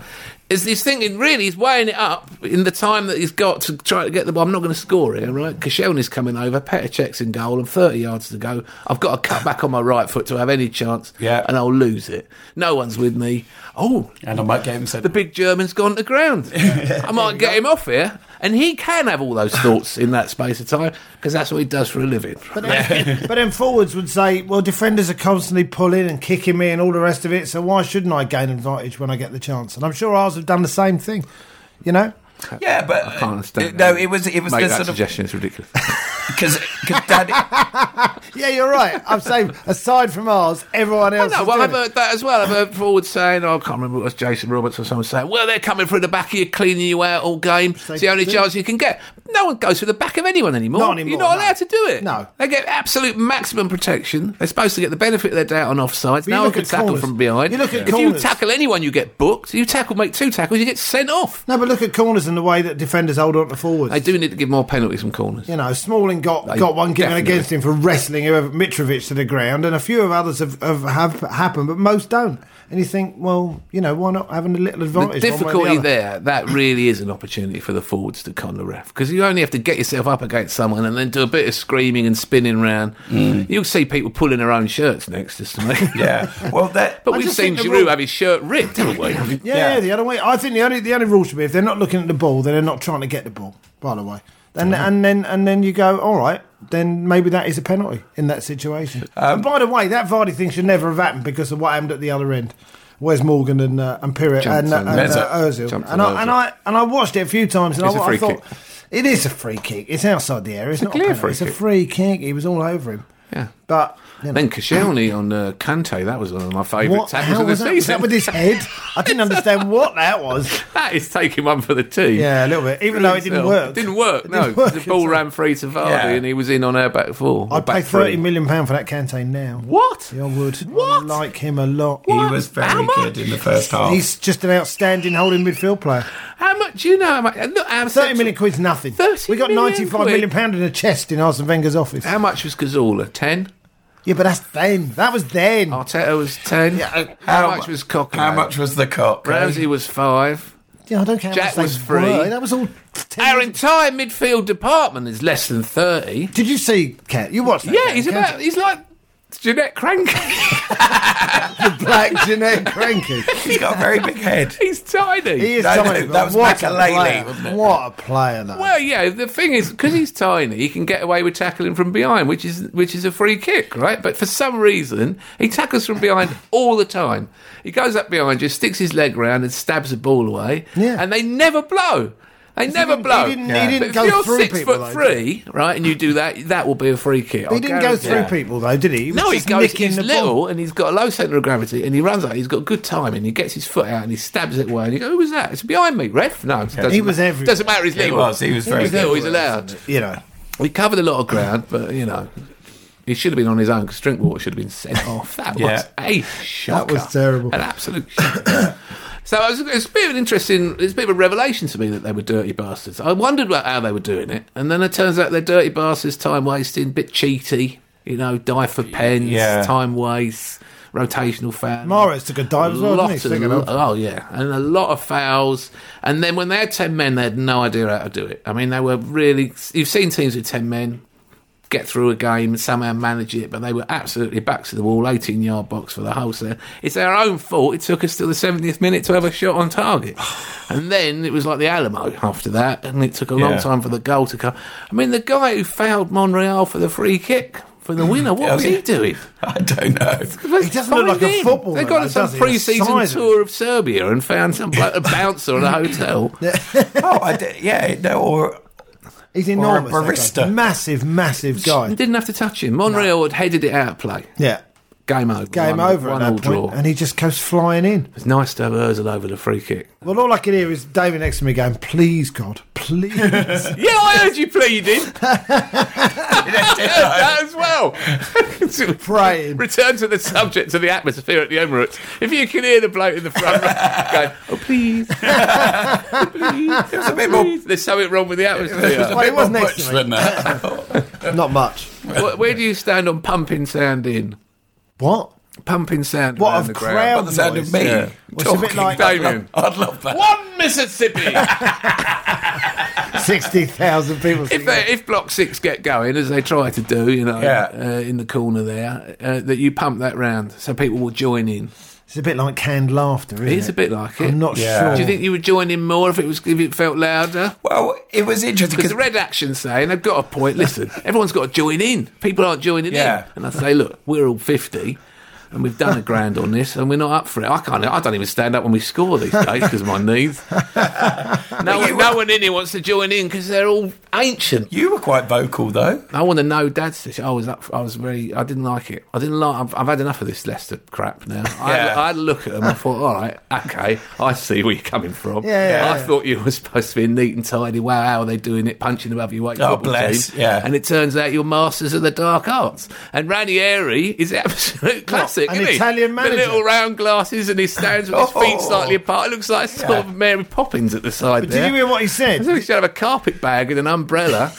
Is he's thinking really? He's weighing it up in the time that he's got to try to get the ball. I'm not going to score here, right? Koscielny's coming over. Petacek's in goal, and 30 yards to go. I've got to cut back on my right foot to have any chance, Yeah. and I'll lose it. No one's with me. Oh, And I might get him said the big German's gone to ground. I might get him off here, and he can have all those thoughts in that space of time because that's what he does for a living. But then, but then forwards would say, well, defenders are constantly pulling and kicking me and all the rest of it, so why shouldn't I gain advantage when I get the chance? And I'm sure ours have done the same thing, you know? Yeah, but uh, I can't understand. No, that. it was it was Make the that sort of suggestion. It's ridiculous. because Daddy. Yeah, you're right. I'm saying, aside from ours, everyone else. No, is well, doing I've uh, it. heard that as well. I've heard forward saying, oh, I can't remember if it was Jason Roberts or someone saying, well, they're coming through the back of you, cleaning you out all game. It's the only do. chance you can get. No one goes through the back of anyone anymore. Not anymore, You're not no. allowed to do it. No. They get absolute maximum protection. They're supposed to get the benefit of their doubt on offsides. you No one look can at tackle corners. from behind. You look if at you corners. tackle anyone, you get booked. You tackle, make two tackles, you get sent off. No, but look at corners and the way that defenders hold on to forwards. They do need to give more penalties from corners. You know, Smalling got, got one given definitely. against him for wrestling whoever, Mitrovic to the ground, and a few of others have, have, have happened, but most don't. And you think, well, you know, why not having a little The advantage? one way or the difficulty other? there, that really is an opportunity for the forwards to con the ref because you only have to get yourself up against someone and then do a bit of screaming and spinning round. Mm. You'll see people pulling their own shirts next, just to me. Yeah. Well, that. But I we've just seen think the Giroud rule- have his shirt ripped, haven't we? Yeah, Yeah. the other way. I think the only the only rule should be if they're not looking at the ball, then they're not trying to get the ball. By the way, and and then and then you go, all right, then maybe that is a penalty in that situation. Um, and by the way, that Vardy thing should never have happened because of what happened at the other end. Where's Morgan and uh, and Piri and, uh, on and Meza. uh, Ozil? Jumped And on I, and Ozil. I and I watched it a few times, and It's I, a I free thought kick. it is a free kick. It's outside the area. It's, not clear a penalty. free It's a kick. free kick. He was all over him. Yeah. But you know, Then Koscielny on uh, Kante, that was one of my favourite what tackles hell of the was that? Was season. that with his head? I didn't understand what that was. that is taking one for the team. Yeah, a little bit. Even though it didn't work. It didn't work, It no. didn't work the ball at ran free to Vardy Yeah. and he was in on our back four. or all. I'd pay back thirty three. million pound for that Kante now. What? Yeah, I would. What? I like him a lot. Oh. He was very How good in the first half. He's just an outstanding holding midfield player. How much? Do you know how much? Look, how Thirty central- million quid's nothing. 30 We got million ninety-five quid. million pound in a chest in Arsene Wenger's office. How much was Gazzola? 10? Yeah, but that's then. That was then. Arteta was 10. Yeah, uh, how, much was Cocker? How much was the cock? Ramsey was 5. Yeah, I don't care. how Jack much they was free. were. That was all. 10 Our entire midfield department is less than 30. Did you see Cat? You watched? That Yeah, Cat, he's Cat? about, he's like Jeanette Cranky. black Jeanette Cranky. He's got a very big head. he's tiny. He is That- tiny. that but was what a Makalele, player. wasn't it? What a player! Though. Well, yeah. The thing is, because he's tiny, he can get away with tackling from behind, which is which is a free kick, right? But for some reason, he tackles from behind all the time. He goes up behind you, sticks his leg round, and stabs the ball away. Yeah. and they never blow. They never didn't- he blow. didn't- he didn't but if go you're through six people, foot though, three, right, and you do that, that will be a free kick. He didn't go through people though, did he? he was No, he just goes. nicking He's the little ball. and he's got a low centre of gravity, and he runs out. He's got good timing. He gets his foot out and he stabs it away. And you go, "Who was that? It's behind me, ref." No, it doesn't He was ma- everywhere. Doesn't matter. He's He little. was. He was very He's little. good. He's allowed. You know. We covered a lot of ground, but you know, he should have been on his own because Drinkwater should have been sent off. That Yeah. was a shocker. was terrible. An absolute. shocker. So it was, it's a bit of an interesting, it's a bit of a revelation to me that they were dirty bastards. I wondered about how they were doing it, and then it turns out they're dirty bastards, time wasting, bit cheaty, you know, die for pens, Yeah. time waste, rotational foul. Mahrez took a dive as well, Lot didn't he? of- Second half. Oh yeah, and a lot of fouls. And then when they had ten men, they had no idea how to do it. I mean, they were really. You've seen teams with ten men get through a game and somehow manage it, but they were absolutely back to the wall, eighteen yard box for the whole set. It's their own fault. It took us till the seventieth minute to have a shot on target, and then it was like the Alamo after that, and it took a long Yeah. time for the goal to come. I mean, the guy who fouled Monreal for the free kick. For the winner, what Oh, was yeah. he doing? I don't know. Let's He doesn't look find like a him. footballer, They got on though, some does he? The pre-season size of him. tour of Serbia and found some bloke, a bouncer in a hotel. Oh, I did, yeah, no, or He's enormous. Or a that guy. barista. Massive, massive guy. Didn't have to touch him. Monreal had headed it out of play. Yeah. Game over. Game One- over One at all that draw. point, and he just goes flying in. It's nice to have Özil over the free kick. Well, all I can hear is David next to me going, "Please God, please. Yeah, I heard you pleading. that as well. Praying. Return to the subject to the atmosphere at the Emirates. If you can hear the bloke in the front row going, "Oh please, It's a bit more. please," there's something wrong with the It's a atmosphere. Well, bit it was more next butch to me. than that. Not much. where, where do you stand on pumping sound in? What? Pumping sound. What around of the By ground. the sound of me Yeah. Well, it's a bit talking, like- I'd love- Damien. I'd love that. One Mississippi. 60,000 people. if they, if Block Six get going as they try to do, you know, Yeah. uh, in the corner there, uh, that you pump that round so people will join in. it's a bit like canned laughter, isn't it? It is a bit like it. I'm not Yeah. sure. Do you think you would join in more if it was if it felt louder? Well, it was interesting because Because the Red Action say, and they've got a point. Listen, everyone's got to join in. People aren't joining Yeah. in, and I say, look, we're all fifty. And we've done a grand on this, and we're not up for it. I can't. I don't even stand up when we score these days because of my knees. No, one, no one in here wants to join in because they're all ancient. you were quite vocal though. I want to know Dad's decision. I was up. I was very. I didn't like it. I didn't like. I've, I've had enough of this Leicester crap now. I, Yeah. I had a look at them. I thought, all right, okay, I see where you're coming from. Yeah, yeah, I yeah. thought you were supposed to be neat and tidy. Wow, how are they doing it? Punching above your weight. Oh, football bless, team. yeah. And it turns out you're masters of the dark arts. And Ranieri is absolute classic. an isn't he? Italian manager. The little round glasses, and he stands with his feet Oh. slightly apart. It looks like sort of Mary Poppins at the side But there. did you hear what he said? I think we should have a carpet bag and an umbrella.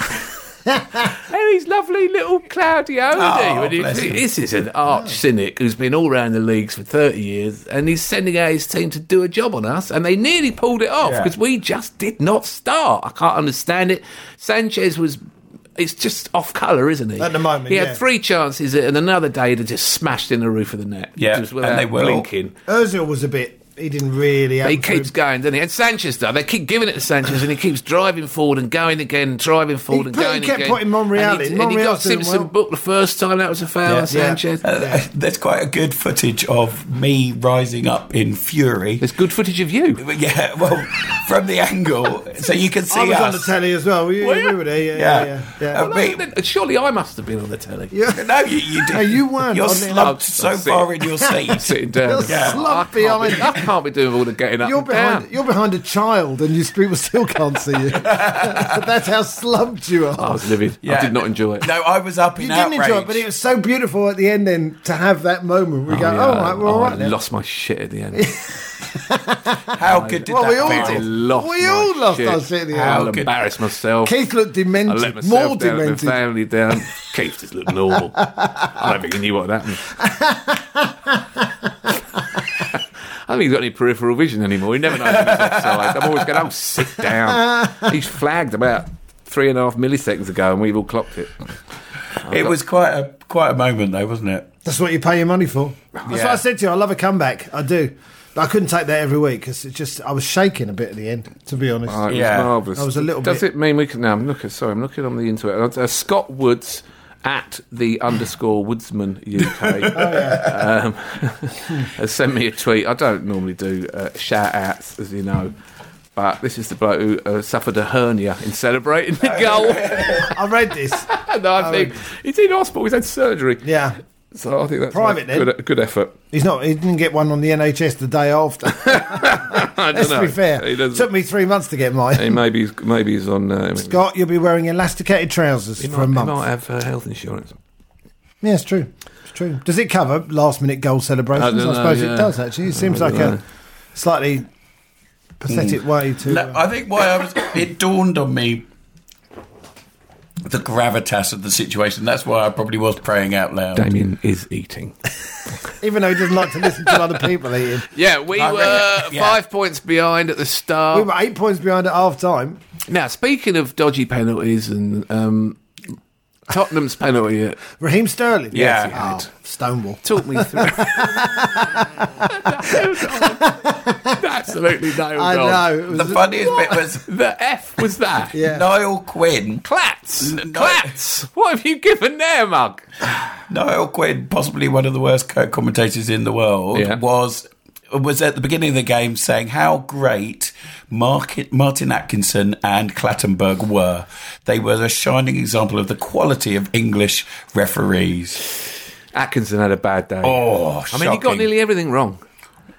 and he's lovely little Claudio. Oh, isn't he? When bless you think, him. this is an arch cynic who's been all round the leagues for 30 years and he's sending out his team to do a job on us. And they nearly pulled it off Yeah. because we just did not start. I can't understand it. Sanchez was. It's just off colour, isn't he? At the moment, he had yeah. three chances, and another day he'd have just smashed in the roof of the net. Yeah, just and without they will. blinking. Ozil was a bit. He didn't really. He have to- keeps going, doesn't he? And Sanchez does. They keep giving it to Sanchez, and he keeps driving forward and going again, driving forward and put- he going kept again. putting Monreal and he, in. And he got Monreal's doing Simpson well. booked the first time. That was a foul. on Sanchez. Uh, There's quite a good footage of me rising up in fury. There's good footage of you. Yeah, well, from the angle, so you can see I was on the us. telly as well. Were you, Were you? you were there, yeah, Yeah. yeah, yeah. yeah. Uh, Wait. Surely I must have been on the telly. no, you, you did. No, you weren't You're on the- slumped I'm- so I'm far in your seat. Sitting down. You're Yeah. slumped I can't be- I behind- can't be doing all the getting up You're and down. behind. You're behind a child, and your people still can't see you. That's how slumped you are. I was livid. I did not enjoy it. No, I was up in you outrage. didn't enjoy it, but it was so beautiful at the end. Then to have that moment, we Oh, go, yeah, "All right, we're oh, all I right now." lost my shit at the end. How good did Well, that we all feel? I did. lost We my all lost shit. our shit at the I end. embarrassed myself. Keith looked I let demented, myself more down, let my demented. family down. Keith just looked normal. I don't think he knew what had happened. I don't think he's got any peripheral vision anymore. He never knows when he's offside. I'm always going, oh, sit down. He's flagged about three and a half milliseconds ago and we've all clocked it. It was quite a quite a moment, though, wasn't it? That's what you pay your money for. That's Yeah. what I said to you. I love a comeback. I do. But I couldn't take that every week because it just I was shaking a bit at the end. To be honest, Oh, it Yeah. was marvellous. I was a little Does bit- it mean we can... Now, I'm looking... Sorry, I'm looking on the internet. Uh, Scott Woods at the underscore woodsman UK Oh, um, has sent me a tweet. I don't normally do uh, shout outs, as you know. But this is the bloke who uh, suffered a hernia in celebrating the goal. I read this. and I think he's in hospital, he's had surgery. Oh, Yeah, So I think that's Private a then. good, good effort. he's not. He didn't get one on the NHS the day after. I don't Let's know. be fair. He It doesn't- took me three months to get He mine. maybe, he's- maybe he's on. Uh, Scott, you'll be wearing elasticated trousers he might, for a he month. Oh, might have uh, health insurance. Yeah, it's true. It's true. Does it cover last minute goal celebrations? I I, don't know, suppose yeah. it does, actually. It seems don't like a know. slightly pathetic Mm. way to. No, uh, I think why I was it dawned on me the gravitas of the situation. That's why I probably was praying out loud. Damien is eating. even though he doesn't like to listen to other people eating. Yeah, we I were reckon- yeah. five points behind at the start. We were eight points behind at half time. now, speaking of dodgy penalties and um, Tottenham's penalty, it Raheem Sterling. Yeah. Oh, Stonewall. taught me through. Absolutely nailed I on. know. It was The funniest bit was The F was that. Yeah. Niall Quinn. Clats! N- no. Clats! What have you given there, Mug? Niall Quinn, possibly one of the worst co- commentators in the world, Yeah. was was at the beginning of the game saying how great Mark, Martin Atkinson and Clattenburg were. They were a shining example of the quality of English referees. Atkinson had a bad day. Oh, I mean, he got nearly everything wrong.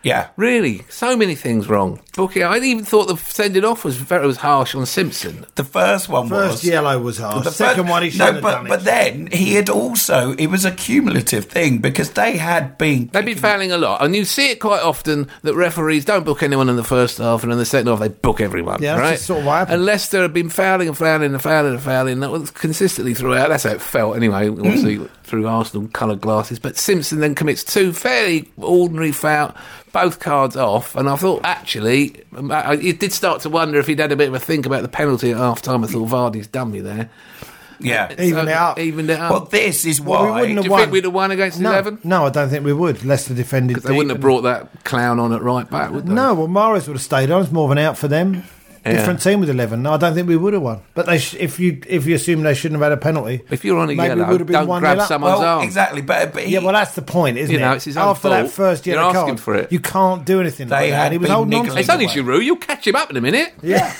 Yeah. Really, so many things wrong. Booking. I even thought the sending off was very was harsh on Simpson. The first one First was. yellow was hard. The second fir- one he no, shouldn't but have done but it. then he had also it was a cumulative thing because they had been They've been fouling a lot, and you see it quite often that referees don't book anyone in the first half, and in the second half they book everyone. Yeah, that's right? just sort of what happened. And Leicester have been fouling and fouling and fouling and fouling that was consistently throughout. That's how it felt anyway. Obviously through Arsenal coloured glasses, but Simpson then commits two fairly ordinary foul, both cards off, and I thought actually um, I, I did start to wonder if he'd had a bit of a think about the penalty at half time. I thought Vardy's done me there. Um, yeah. Evened it up. Evened it up. Well, this is Well, we why wouldn't have Do you won. think we'd have won against no, eleven? No, I don't think we would. Leicester defended. They wouldn't have deep brought that clown on at right back, would and- they? No, well, Mares would have stayed on. It's more of an out for them. Different team with eleven. No, I don't think we would have won. But they, sh- if you if you assume they shouldn't have had a penalty, If you're on a Maybe it yellow, would have been don't one grab nil up. someone's well arm. exactly but, but he, yeah, well, that's the point, isn't You know, it? it's his own After that fault. first You're yellow asking card, for it. you can't do anything. They like that. had And he was been holding on. To niggling It's only away. Giroud. You'll catch him up in a minute. Yeah,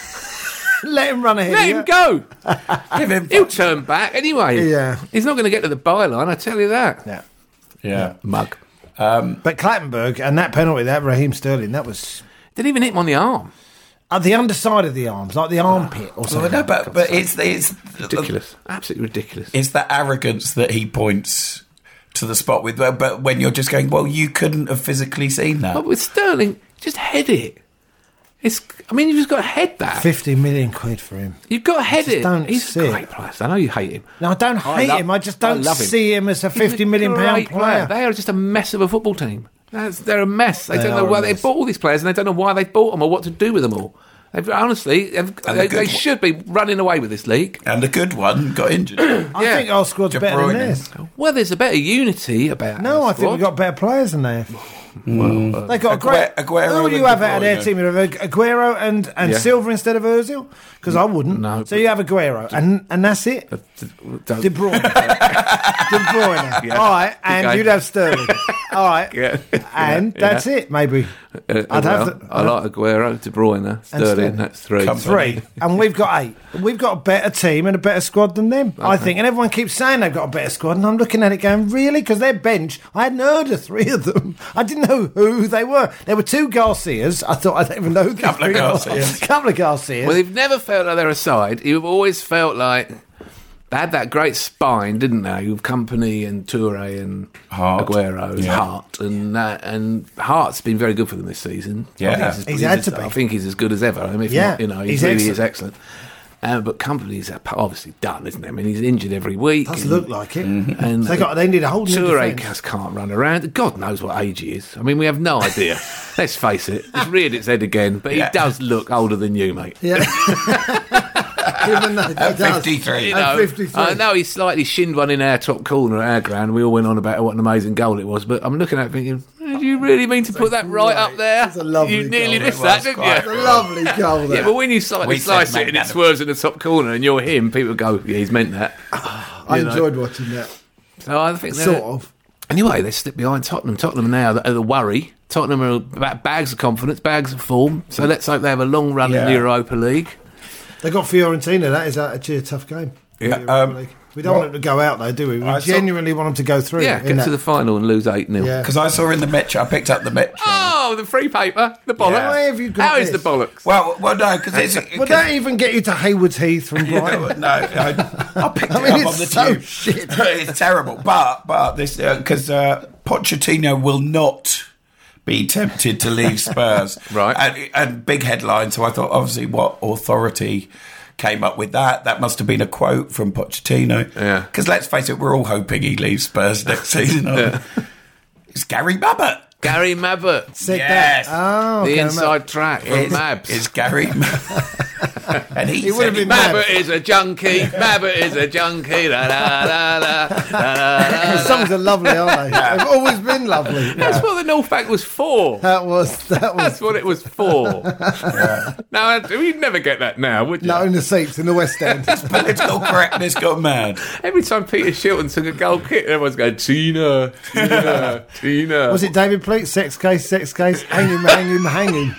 let him run ahead. Let yeah. him go. give him He'll turn back anyway. Yeah. He's not going to get to the byline. I tell you that. Yeah. yeah Mug. But Clattenburg and that penalty, that Raheem Sterling, that was Didn't even hit him on the arm. at the underside of the arms, like the armpit or Well, something. no, but, but it's it's Ridiculous. Uh, Absolutely ridiculous. it's the arrogance that he points to the spot with. But when you're just going, well, you couldn't have physically seen that. But with Sterling, just head it. It's. I mean, you've just got to head that. Fifty million quid for him. You've got to head just it. don't He's see a it. great player. I know you hate him. No, I don't I hate love- him. I just I don't love him. see him as a He's a fifty million pound great player. They are just a mess of a football team. That's, they're a mess. They, They don't know are a why they mess. bought all these players, and they don't know why they bought them or what to do with them all. They've, honestly, they've, And the they, good they one. should be running away with this league. and the good one got injured. I Yeah. think our squad's De better than Bruyne. this. Well, there's a better unity about. No, our I think squad. we've got better players than they have. Mm. they got a Aguero- great. Aguero who would and you have out of their Aguero. team? You'd have Aguero and, and Yeah. Silver instead of Ozil? Because I wouldn't. no, So but- you have Aguero, and and that's it. De Don't- Bruyne. De Bruyne. Yeah. All right, and Okay. you'd have Sterling. All right. Yeah. And Yeah. that's it, maybe. Uh, I'd well, have the- I like Aguero, De Bruyne, Sterling. Sterling. That's three. Come on. Three. and we've got eight. We've got a better team and a better squad than them, I think. And everyone keeps saying they've got a better squad, and I'm looking at it going, really? Because their bench, I hadn't heard of three of them. I didn't know who they were. There were two Garcias. I thought I don't even know who Couple of Garcias. A couple of Garcias. Well, they've never felt like they're a side. You've always felt like they had that great spine, didn't they? With company and Toure and Hart. Aguero, and Yeah. Hart, and that, and Hart's been very good for them this season. I Yeah. think as- He's had to as- be. I think he's as good as ever. I mean, if Yeah, not, you know, he he's really is excellent. excellent. Uh, but company's obviously done, isn't it? I mean, he's injured every week. Does and- look like it. and They got- they need a whole new mm-hmm. Toure defence. just can't run around. God knows what age he is. I mean, we have no idea. Let's face it, it's reared its head again, but Yeah. he does look older than you, mate. Yeah. Even though it At does. 53. You At know, 53. I know he slightly shinned one in our top corner at our ground. We all went on about what an amazing goal it was, but I'm looking at it thinking, "Eh, do Oh, you really mean to put that right up there? It's a lovely you nearly goal. missed It that, was didn't quite A you? good. lovely goal there. Yeah, but when you slightly We slice said it and it Magnanimous. swerves in the top corner and you're him, people go, yeah, he's meant that. I enjoyed watching that. So I think they're- Sort of. Anyway, they slip behind Tottenham. Tottenham now are the worry. Tottenham are ba- bags of confidence, bags of form. So Mm. let's hope they have a long run in the Yeah. Europa League. They got Fiorentina. That is actually a tough game. Yeah, Europa um, League. we don't what- want them to go out though, do we? We I saw- genuinely want them to go through. Yeah, in get that. to the final and lose 8 0. Yeah. Because I saw in the Metro, I picked up the Metro. Oh, the free paper, the bollocks. Yeah. Why have you got How is this? the bollocks? Well, well, no, because it's. Would that even get you to Haywards Heath from You know Brighton? what? no, I, I picked it I mean, up it's on the so tube. shit. it's terrible. But but this because uh, Pochettino will not be tempted to leave Spurs. Right. and, and big headline. So I thought, obviously, what authority came up with that? That must have been a quote from Pochettino. Yeah. Because let's face it, we're all hoping he leaves Spurs next season. aren't we? It's Gary Mabbott. Gary Mabbott, Said Yes. that. Oh, the okay, inside track from It's, Mabs. it's Gary. Mabbott. and he, would said have he been might- Mabbott is a junkie. Mabbott is a junkie. Da, da, da, da, da, da, mate. da. The songs are lovely, aren't they? They've always been lovely. That's what the North Bank was for. That was that That's was what it was for. Now you'd never get that now, would you? no in the seats in the West End. Political correctness got mad. Every time Peter Shilton took a goal kick, everyone's going Tina, Tina, Tina. was it David Pleat? Sex case, sex case, hang him, hang him, hang him.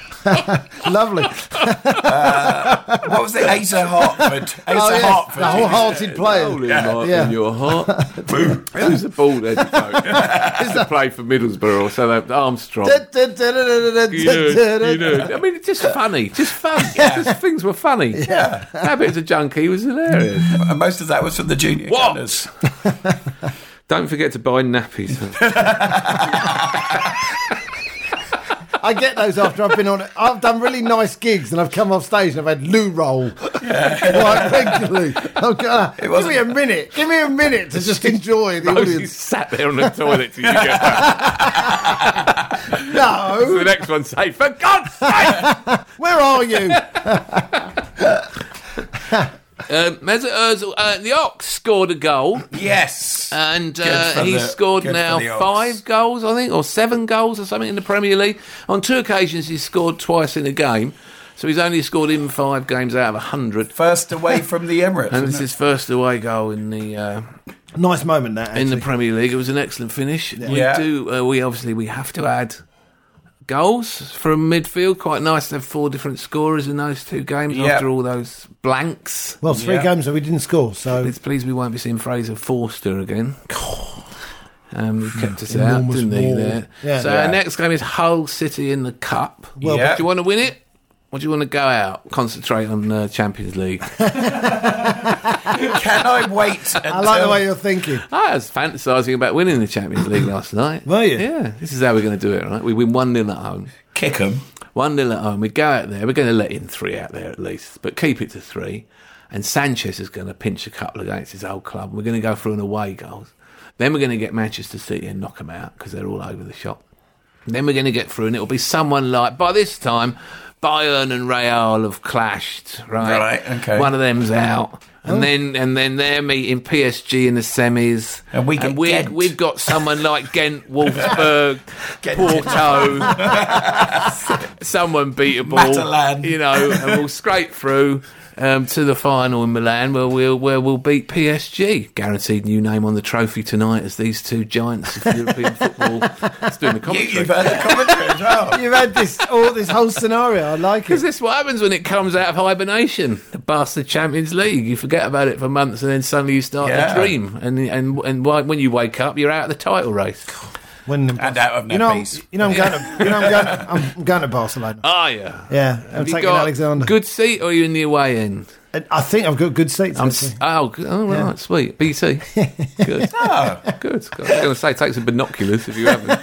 Lovely. What was it? Asa Hartford. Asa Oh, yes, Hartford. the wholehearted player. Holy Mark Yeah. in your heart. It was a bald headed bloke. Used to play for Middlesbrough or Southampton. Armstrong. You know, you know. I mean, it's just funny. Just fun. Just things were funny. Yeah. That bit's a junkie he was hilarious. And most of that was from the junior What? gunners. Don't forget to buy nappies. I get those after I've been on. I've done really nice gigs and I've come off stage and I've had loo roll quite regularly. I'm gonna, give me a wasn't- minute. Give me a minute to just enjoy the Rosie audience. sat there on the toilet till you get back. No, The next one say, for God's sake! where are you? Um, Mesut Ozil, uh, the Ox scored a goal, Yes. and Good uh, for he's the- scored good for now the Ox. five goals, I think, or seven goals or something in the Premier League. On two occasions, he's scored twice in a game, so he's only scored in five games out of a hundred. First away from the Emirates. And isn't it's it? his first away goal in the uh, Nice moment that. Actually. in the Premier League. It was an excellent finish. Yeah. We do. Uh, we obviously we have to add goals from midfield. Quite nice to have four different scorers in those two games Yeah. after all those blanks. well, three Yeah. games that we didn't score, so Let's please we won't be seeing Fraser Forster again. Um, he kept us out, Enormous didn't he? ball. There. Yeah. so Yeah. our next game is Hull City in the Cup. Well, Yeah. do you want to win it? Or do you want to go out, concentrate on uh, Champions League? Can I wait? Until... I like the way you're thinking. I was fantasising about winning the Champions League last night. Were you? Yeah. This is how we're going to do it, right? We win 1 0 at home. kick 'em. 1 0 at home. We go out there. We're going to let in three out there at least, but keep it to three. And Sanchez is going to pinch a couple against his old club. We're going to go through an away goals. Then we're going to get Manchester City and knock them out because they're all over the shop. Then we're going to get through, and it'll be someone like by this time, Bayern and Real have clashed, right? Right, okay. Oh. One of them's out, and then and then they're meeting PSG in the semis, And we get we Ghent. we've got someone like Ghent, Wolfsburg, Porto, someone beatable, Matalan. you know, and we'll scrape through. Um, to the final in Milan, where we'll where we'll beat PSG, guaranteed new name on the trophy tonight as these two giants of European football. It's doing the You, commentary. you've heard the commentary as well. You've had this all this whole scenario. I like Because it. this is what happens when it comes out of hibernation. The bastard Champions League. You forget about it for months, and then suddenly you start Yeah. to dream. And and and why- when you wake up, you're out of the title race. When And out of you know, nappies. you know, I'm going to, you know, I'm going, to, I'm going to Barcelona. Are you? Yeah, I'm Ah, you taking got Alexander. Good seat, or are you in the away end? And I think I've got good seats. I'm. actually. S- oh, g- oh, right, sweet. BT. Good. Ah, Good. God, I was going to say, take some binoculars if you haven't.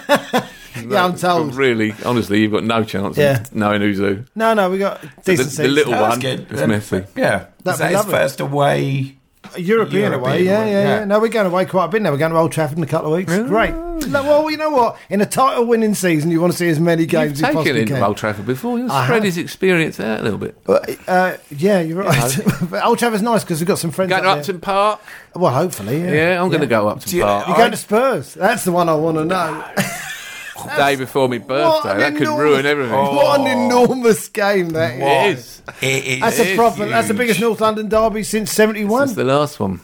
yeah, I'm told. Really, honestly, you've got no chance Yeah. of knowing who's who. No, no, we got decent The, seats. the little That's one good. is messy. Yeah. That'd Is that be his lovely. first away? European, European away, yeah, away, yeah, yeah. yeah. No, we're going away quite a bit now. We're going to Old Trafford in a couple of weeks. Great. No, well, you know what? In a title winning season, you want to see as many games You've as you taken possibly in can. Old Trafford before. You I spread have. his experience out a little bit. But, uh, yeah, you're right. but Old Trafford's nice because we've got some friends. Going to up there. Upton Park. Well, hopefully, yeah. Yeah, Uh, I'm going to go up Do to you- Park. You're going to Spurs. That's the one I want to know. The day before my What birthday. an That could enormous- ruin everything. Oh. What an enormous game that is. It is. It is. That's a is proper. That's the huge. biggest North London derby since That's '71. the last one.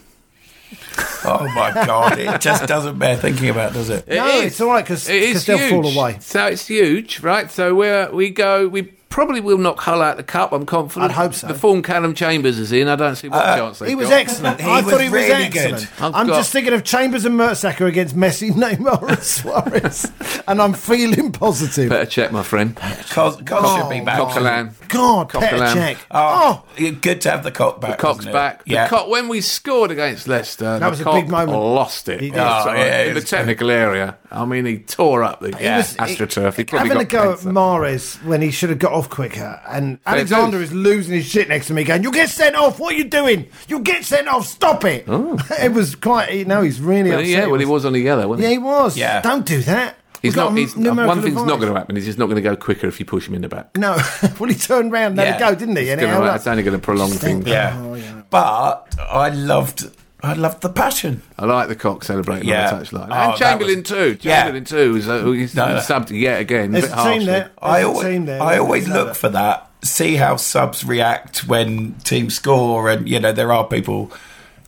Oh my god! It just doesn't bear thinking about, does it? It No, is. it's all right because It is they'll fall huge. away. So it's huge, right? So we we go. We probably will knock Hull out the cup. I'm confident. I'd hope so. Uh, The form Callum Chambers is in. I don't see what chance they He was got. excellent. He I was thought he was really good. excellent. I've I'm got- just thinking of Chambers and Mertesacker against Messi, Neymar, and Suarez, and I'm feeling positive. Better check, my friend. Cos, Cos should Oh, be back. Coquelin. God, Cock the Petr lamb. Cech. Oh, Oh, good to have the cock back. Cock's wasn't it? back. Yeah. The cock, when we scored against Leicester, the was a cock big moment. Lost it. He did. Oh, Oh, yeah, in it the was- technical area. I mean, he tore up the yeah, was- he- astroturf. He probably having a got go cancer. at Mares when he should have got off quicker, and Fair Alexander dues. is losing his shit next to me, going, "You'll get sent off. What are you doing? You'll get sent off. Stop it." it was quite. You know, he's really Oh. Well, upset. yeah, well, he was on the yellow, wasn't Yeah, he? he was. Yeah. Don't do that. He's We've got not. a He's, uh, numerical one thing's not advantage. going to happen. He's just not going to go quicker if you push him in the back. No, well, he turned round and had a Yeah. go, didn't he? And It's it held gonna- up. it's only going to prolong things. Yeah. Oh, But I loved I loved the passion. I like the cock celebrating Yeah. on the touchline. Oh, and that Chamberlain was- too. Yeah. Chamberlain too. Is, uh, he's No, no. subbed yet again. There's a bit eh? a team harshly. there. I There's a always, team there. I always There's another. look for that. See how subs react when teams score, and you know there are people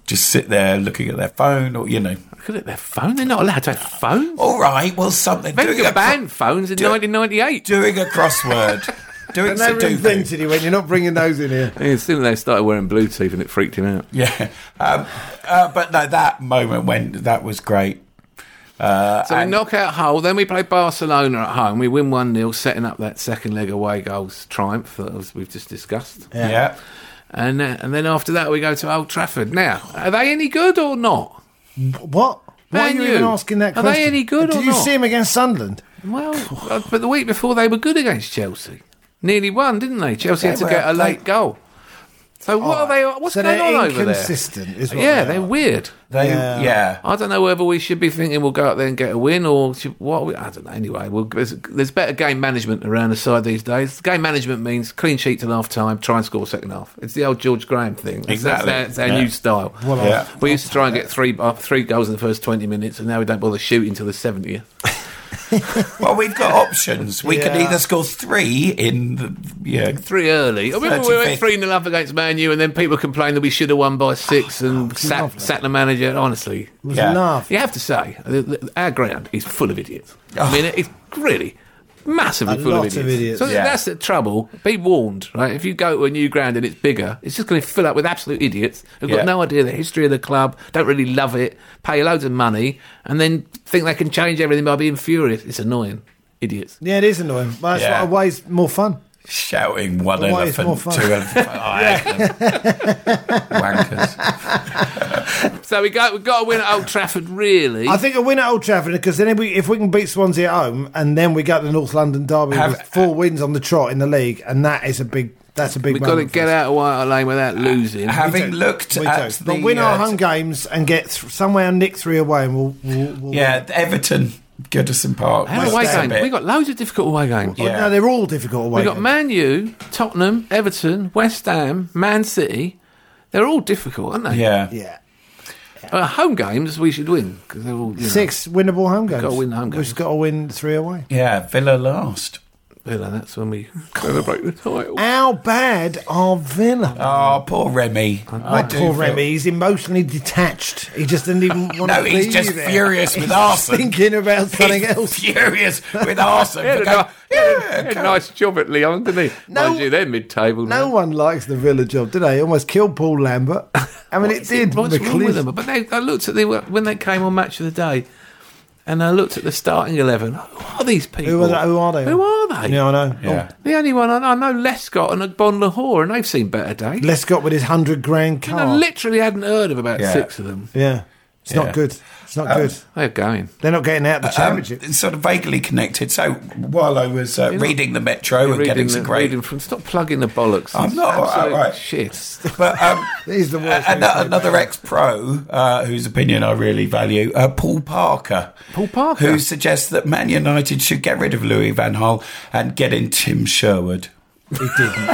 just sit there looking at their phone, or you know, Look at their phone. They're not allowed to have phones. Oh, all right, well something. They Doing got a, banned phones in do- 1998. doing a crossword. Do it, And they so do things. invented it when you're not bringing those in here. Yeah, soon they started wearing Bluetooth and it freaked him out. Yeah, um, uh, but no, that moment when that was great. So we knock out Hull, then we play Barcelona at home. We win 1 0, setting up that second leg away goals triumph that was- we've just discussed. Yeah. And, uh, and then after that, we go to Old Trafford. Now, are they any good or not? What? Why Man are you even U. asking that Are question? they any good Did or you not? see him against Sunderland? Well, uh, but the week before they were good against Chelsea. Nearly won, didn't they? Chelsea had They to were get a outplayed. late goal. So what are they? What's so going they're on over there? inconsistent, is what Yeah, they they're are. weird. They, Yeah. yeah. I don't know whether we should be thinking we'll go out there and get a win or should, what. We, I don't know. Anyway, we'll, there's, there's better game management around the side these days. Game management means clean sheet till half time, try and score second half. It's the old George Graham thing. It's- Exactly. That's, that's our Yeah. new style. Well, I- Yeah. we used to try and get three uh, three goals in the first twenty minutes, and now we don't bother shooting till the seventieth. Well, we've got options. We can Yeah. either score three in the yeah. Three early. I remember we went 35th. three 0 up against Man U, and then people complained that we should have won by six, and sat, Oh, lovely. sat the manager. Honestly, It was Yeah. laugh. You have to say, th- th- our ground is full of idiots. I mean, it's really massively Oh. A full lot of idiots. of idiots. So Yeah. that's the trouble. Be warned, right? If you go to a new ground and it's bigger, it's just going to fill up with absolute idiots who've Yeah. got no idea the history of the club, don't really love it, pay loads of money, and then think they can change everything by being furious. It's annoying. Idiots. Yeah, it is annoying. But that's Yeah. yeah. always more fun. shouting one Why is more elephant, fun? two elephant. Oh, I hate them. Wankers. So we got we got to win at Old Trafford, really. I think a win at Old Trafford because then if we, if we can beat Swansea at home and then we go to the North London derby Have- with four wins on the trot in the league, and that is a big that's a big. We've got to moment for get us. out of White Hart Lane without losing. Having looked We at do. the but win uh, our home games and get th- somewhere and nick three away, and we'll. we'll, we'll Yeah, Everton, Goodison Park. Our was away there a game. bit. We've got loads of difficult away games. Oh, Yeah. No, they're all difficult away. We've got games. Man U, Tottenham, Everton, West Ham, Man City. They're all difficult, aren't they? yeah. yeah. Uh, home games we should win because they're all you know, Six winnable home games. Gotta win the home We've games. just got to win three away. Yeah, Villa last. you know, that's when we celebrate the title. How bad are Villa? Oh, poor Remy. I do Poor feel- Remy, he's emotionally detached. He just didn't even want No, to he's be just there. furious with He's just arson. Thinking about something else. Furious with Arsenal. Yeah, for no, going, yeah, yeah, come nice job at Leon, didn't he? No- Mind you, they're mid-table. No now. one likes the Villa job, do they? Almost killed Paul Lambert. I mean, it did. What's wrong McLeish- with them? But they, I looked at the when they came on Match of the Day, and I looked at the starting eleven. Who are these people? Who are, they- who are they? Who are they? Yeah, I know. Yeah. The only one I know, I know Lescott and Bon Lahore, and they've seen better days. Oh, Les Scott with his hundred grand And I car. literally hadn't heard of about Yeah. six of them. yeah, it's Yeah. not good. It's Um, not good. They're going. They're not getting out of the um, championship. It's Um, sort of vaguely connected. So while I was uh, reading the Metro and getting some the- great, reading from. Stop plugging the bollocks. I'm It's not, all right, absolute all right. Shit. but um, He's the worst uh, an- newspaper. another ex-pro uh, whose opinion I really value, uh, Paul Parker. Paul Parker? who suggests that Man United should get rid of Louis Van Gaal and get in Tim Sherwood. he didn't.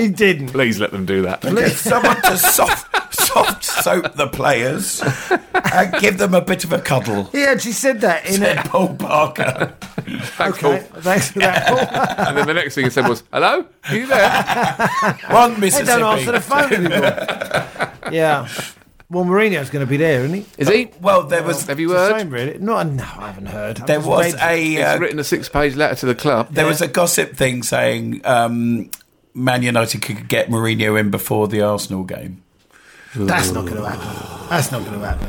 he didn't. Please let them do that. Get someone to soft soft soap the players and give them a bit of a cuddle. He actually said that in a. Said Paul Parker. Thanks, Okay, Paul. thanks for that. Paul. And then the next thing he said was, "Hello, are you there?" One they Mississippi. don't answer the phone anymore. yeah. Well, Mourinho's going to be there, isn't he? Is he? Well, there was Have you It's the heard? same, really. No, no, I haven't heard. I've there just was read- a He's uh, written a six-page letter to the club. there was a gossip thing saying um, Man United could get Mourinho in before the Arsenal game. That's not going to happen. That's not going to happen.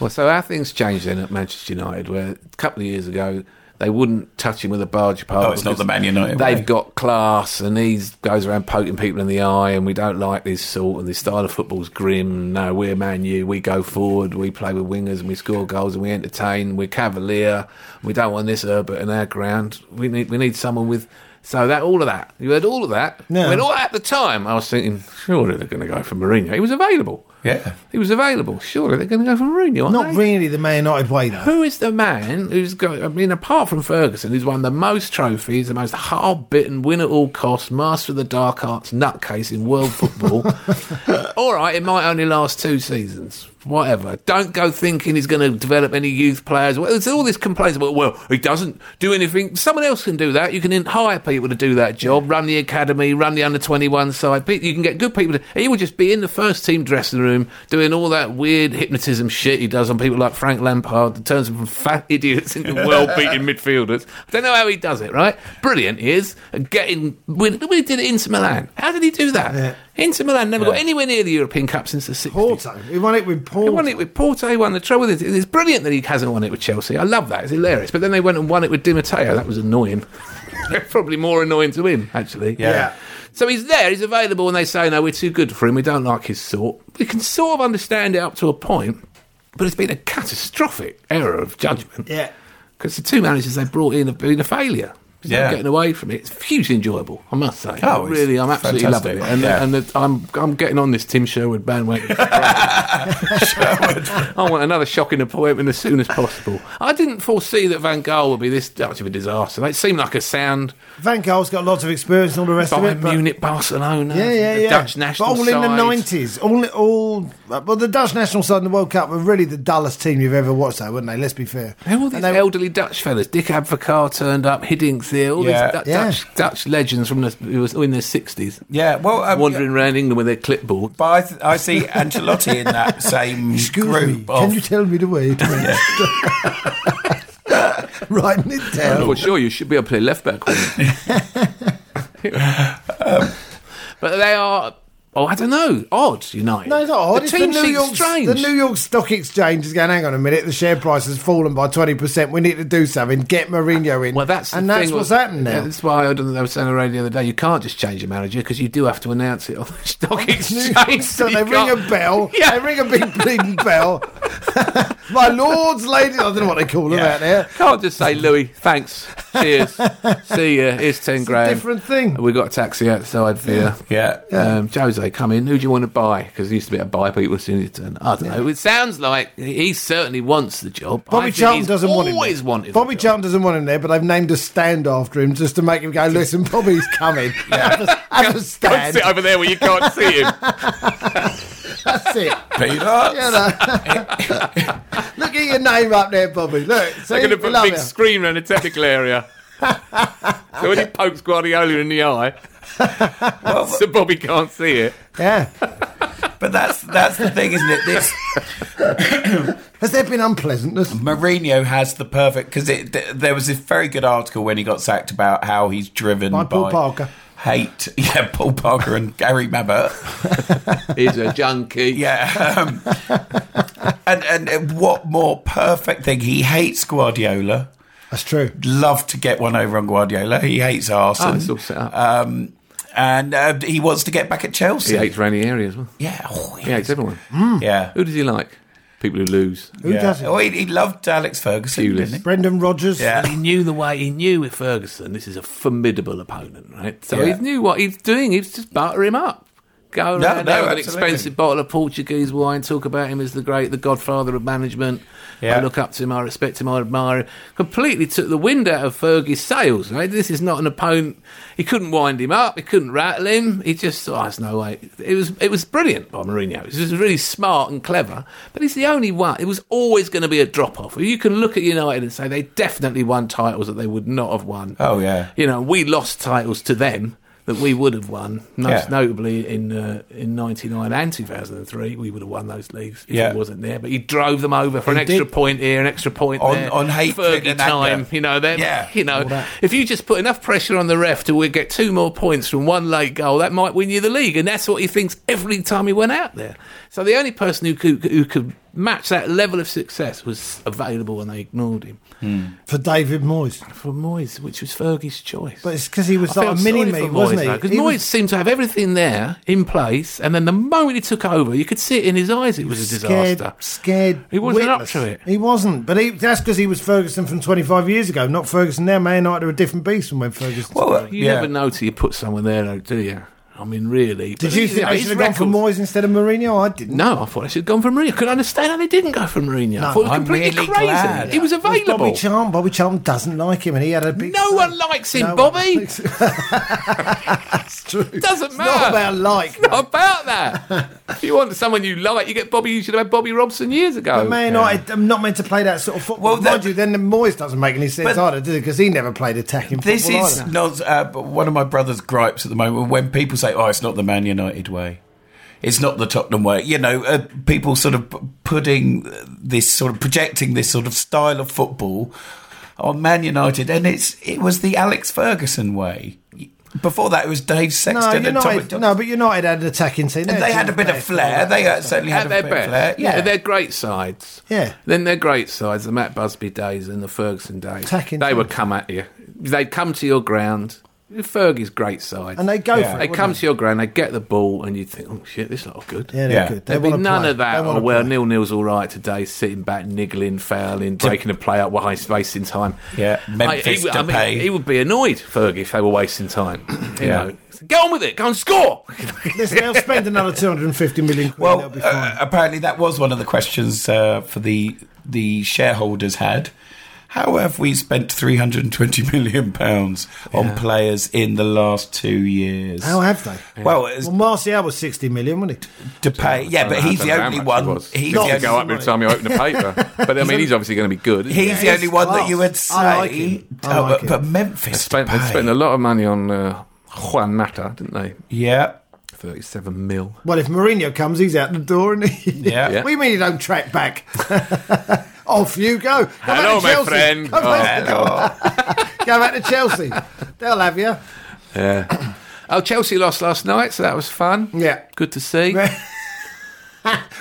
Well, so how things changed then at Manchester United, where a couple of years ago they wouldn't touch him with a barge pole. Oh, it's not because the Man United They've way. got class, and he goes around poking people in the eye, and we don't like this sort, and this style of football's grim. No, we're Man U. We go forward. We play with wingers, and we score goals, and we entertain. We're cavalier. We don't want this Herbert in our ground. We need we need someone with. So that all of that you heard all of that. No. When all at the time I was thinking, surely they're going to go for Mourinho. He was available. Yeah. He was available. Surely they're going to go for Mourinho. aren't Not they? really the Man United way, though. Who is the man who's got? I mean, apart from Ferguson, who's won the most trophies, the most hard-bitten, win at all costs, master of the dark arts, nutcase in world football. all right, it might only last two seasons. whatever. Don't go thinking he's going to develop any youth players. Well, There's all this complaints about, well, he doesn't do anything. Someone else can do that. You can hire people to do that job, run the academy, run the under 21 side. Pe- You can get good people. To, he would just be in the first team dressing room doing all that weird hypnotism shit he does on people like Frank Lampard that turns them from fat idiots into world beating midfielders. I don't know how he does it, right? Brilliant he is. And Getting, when, when he did it Inter Milan. How did he do that? Inter Milan never got anywhere near the European Cup since the 60s. Porto. He won it with He Porto. won it with Porto. He won the trouble with it. It's brilliant that he hasn't won it with Chelsea. I love that. It's hilarious. But then they went and won it with Di Matteo. That was annoying. Probably more annoying to him, actually. Yeah. So he's there, he's available, and they say, no, we're too good for him, we don't like his sort. We can sort of understand it up to a point, but it's been a catastrophic error of judgment. Yeah. Because the two managers they brought in have been a failure. There's no Yeah. getting away from it. It's hugely enjoyable, I must say. Oh, it's really, I'm absolutely fantastic. loving it. And, Yeah. and the, I'm, I'm getting on this Tim Sherwood bandwagon. I want another shocking appointment as soon as possible. I didn't foresee that Van Gaal would be this much of a disaster. They seemed like a sound Van Gaal's got lots of experience and all the rest of it. Bayern but- Munich, Barcelona, Yeah, yeah, the yeah. Dutch national but all in the side. nineties, all all. Well, the Dutch national side in the World Cup were really the dullest team you've ever watched, though, weren't they? Let's be fair. Who are all these And they- elderly Dutch fellas? Dick Advocaat turned up, Hiddink there, all Yeah. these Du- Yeah. Dutch, Dutch legends from the, who was in their 60s Yeah, well, um, wandering around England with their clipboard. But I, th- I see Ancelotti in that same Excuse group. me. of, Can you tell me the way? To Writing it down. Well, sure, you should be able to play left back. wouldn't you? Um, but they are, oh, I don't know, odd, United. No, it's not odd. The It's team the New seems York, strange. The New York Stock Exchange is going. Hang on a minute. The share price has fallen by twenty percent. We need to do something. Get Mourinho in. Well, that's the and that's thing what's was- happened now. That's why I, don't know, I was saying on the radio the other day. You can't just change a manager because you do have to announce it on the stock exchange. so You they ring a can't- bell. Yeah. They ring a big bleeding bell. My lords, ladies, I don't know what they call them out there. Can't just say Louis, thanks, cheers, see you. Here's ten grand. different thing. We got a taxi outside for you. yeah. Um, Jose, come in. Who do you want to buy? Because used to be a buy people as soon as you turn. I don't know. It sounds like he certainly wants the job. I Bobby think Charlton he's doesn't want him. Always there. wanted. the Bobby job. Charlton doesn't want him there, but they've named a stand after him just to make him go. Listen, Bobby's coming. have, a, have a Don't stand. sit over there where you can't see him. That's it. Peanuts. You know. Look at your name up there, Bobby. Look, see, They're going to we put a love big you. screen around the technical area. so when he pokes Guardiola in the eye, so Bobby can't see it. Yeah. But that's that's the thing, isn't it? This Has there been unpleasantness? Mourinho has the perfect because th- there was this very good article when he got sacked about how he's driven by, By Paul Parker. hate. Yeah, Paul Parker and Gary Mabbott. He's a junkie. Yeah. Um, and, and and what more perfect thing? He hates Guardiola. That's true. Love to get one over on Guardiola. He hates Arsenal. Oh, it's all set up. um, and uh, he wants to get back at Chelsea. He hates Ranieri as well. Yeah. Oh, He hates everyone. Yeah. Who does he like? People who lose. Hmm? Who Yeah. does it? Oh, he, he loved Alex Ferguson, Pulis. didn't he? Brendan Rodgers. Yeah. He knew the way. He knew with Ferguson, this is a formidable opponent, right? So Yeah. he knew what he's doing. He's just butter him up. Go No, around no, there with an absolutely. expensive bottle of Portuguese wine, talk about him as the great, the godfather of management. Yeah. I look up to him, I respect him, I admire him. Completely took the wind out of Fergie's sails, right? This is not an opponent. He couldn't wind him up, he couldn't rattle him. He just thought, oh, there's no way. It was, it was brilliant by Mourinho. It was really smart and clever, but he's the only one. It was always going to be a drop off. You can look at United and say they definitely won titles that they would not have won Oh, yeah. you know, we lost titles to them that we would have won, most Yeah. notably in uh, in '99 and 2003. We would have won those leagues if Yeah. he wasn't there. But he drove them over for an did. extra point here, an extra point On- there, on hatred Fergie and time. anger. You know, them, Yeah. you know, All that. if you just put enough pressure on the ref to we get two more points from one late goal, that might win you the league, and that's what he thinks every time he went out there. So the only person who could, who could match that level of success was available, and they ignored him For David Moyes. from Moyes, which was Fergie's choice. But it's because he was I like a feel mini sorry me, for wasn't he? Moyes, Because He Moyes was- seemed to have everything there in place, and then the moment he took over, you could see it in his eyes. It was a scared, disaster. scared. He wasn't up witless. to it. He wasn't, but he, that's because he was Ferguson from 25 years ago, not Ferguson now. Man United are a different beast from when Ferguson. Well, You yeah. never know till you put someone there, though, do you? I mean, really. Did you think they should have gone for Moyes instead of Mourinho? I didn't. No, I thought I should have gone for Mourinho. I couldn't understand how they didn't go for Mourinho. I thought it was I'm completely really crazy. glad. He was It was available. Bobby Charlton. Bobby Charlton doesn't like him, and he had a big. no one likes him, No one Bobby. likes him. that's true. Doesn't It's matter. Not about like. Not about that. If you want someone you like, you get Bobby. You should have had Bobby Robson years ago. But Man United, I'm not meant to play that sort of football. Well, that- Mind you, then the Moyes doesn't make any sense But- either, does it? Because he never played attacking This football is either. not uh, but one of my brother's gripes at the moment when people say, "Oh, it's not the Man United way." It's not the Tottenham way, you know. Uh, people sort of p- putting this sort of projecting this sort of style of football on Man United, and it's it was the Alex Ferguson way. Before that, it was Dave No, Sexton and Tommy United, Johnson. no, but United had an attacking team. and Their they had a team bit of played flair. for that. They had, certainly had at a their bit of flair. best. Yeah, Yeah. they're great sides. Yeah. Then they're great sides, the Matt Busby days and the Ferguson days. Attacking they team. would come at you. They'd come to your ground. Fergie's great side. and they go Yeah. for They it. come wouldn't to your ground, they get the ball, and you think, oh shit, this lot are good. they? Yeah, they're Yeah. good. They There'd be wanna none play. of that. They wanna Oh, well, play. nil nil's all right today, sitting back, niggling, fouling, breaking a play up while he's wasting time. Yeah, Memphis I, he, I mean, Depay. he would be annoyed, Fergie, if they were wasting time. You Yeah. know, get on with it, go and score. Listen, they'll spend another 250 million quid. Well, they'll be fine. uh, apparently that was one of the questions uh, for the the shareholders had. How have we spent 320 million pounds on players in the last two years? How have they? well, it's Well, Martial was 60 million, wasn't he? Depay. Yeah, but I don't he's know the how only much one. It was. He's It the didn't only, go up every time you open the paper. But I mean, he's obviously going to be good. isn't he? he's the only one that you would say. I like him. I Oh, like but, him. but Memphis Spent, they Depay. spent a lot of money on uh, Juan Mata, didn't they? yeah, Thirty-seven mil. Well, if Mourinho comes, he's out the door, and he. Yeah. Yeah. we mean he don't track back. Off you go. Go back Hello, to my Chelsea. friend. Oh. Go back, Hello. go back to Chelsea. They'll have you. Yeah. oh, Chelsea lost last night, so that was fun. Yeah. Good to see.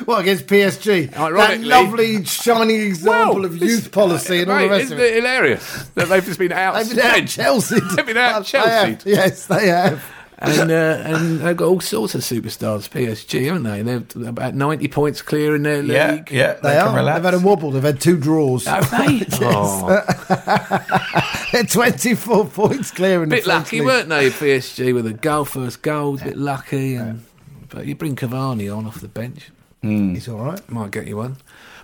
What against PSG? Ironically- that lovely shiny example of this- youth policy and all the Mate, rest isn't of it. it hilarious that they've just been out? They've been out Chelsea. They've been out They have. Chelsea. Yes, they have. and, uh, and they've got all sorts of superstars, PSG, haven't they? They're about 90 points clear in their yeah, league. yeah. They, can are. relax. They've had a wobble. They've had two draws. Oh, mate. Oh, They're 24 points clear in bit the French lucky, league. weren't they, PSG, with a goal, first goal, a bit lucky. And, But you bring Cavani on off the bench, It's all right. might get you one.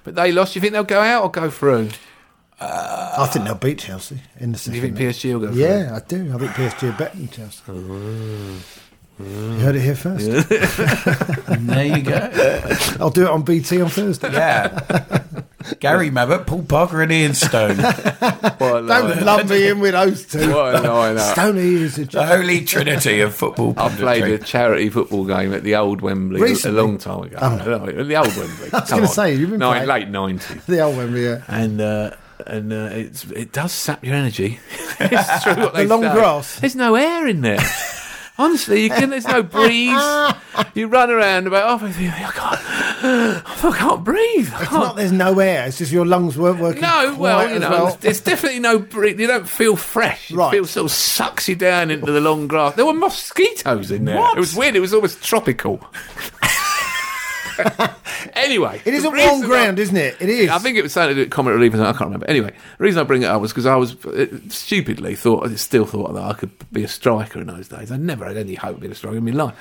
But they lost. Do you think they'll go out or go through? I think they'll beat Chelsea in the Do second. you think leg. PSG will go through? Yeah, I do. I think PSG are better than Chelsea. You heard it here first. there you go. I'll do it on BT on Thursday. yeah. Gary Mabbott, Paul Parker, and Ian Stone. What a Don't line. lump me in with those two. What a line-up. Stoney is a The joke. holy trinity of football. I played punditry. a charity football game at the old Wembley Recently? a Oh, long time ago. No, at the old Wembley. I was gonna say, you've been playing- late nineties, The old one, yeah. and uh, and uh, it's it does sap your energy. it's true what they long say. grass. There's no air in there. Honestly, you can, there's no breeze. You run around about halfway through. you think, I can't, I can't breathe. I It's not can't. there's no air. It's just your lungs weren't working. No, quite well, you as know, well. there's definitely no breeze. You don't feel fresh. It Right. feels sort of sucks you down into the long grass. There were mosquitoes in there. What? It was weird. It was almost tropical. anyway, the it is on reason warm ground, isn't it? It is. I think it was something to do with Comet Relief, or something, I can't remember. Anyway, the reason I bring it up was because I was uh, stupidly thought, I still thought that I could be a striker in those days. I never had any hope of being a striker in my life.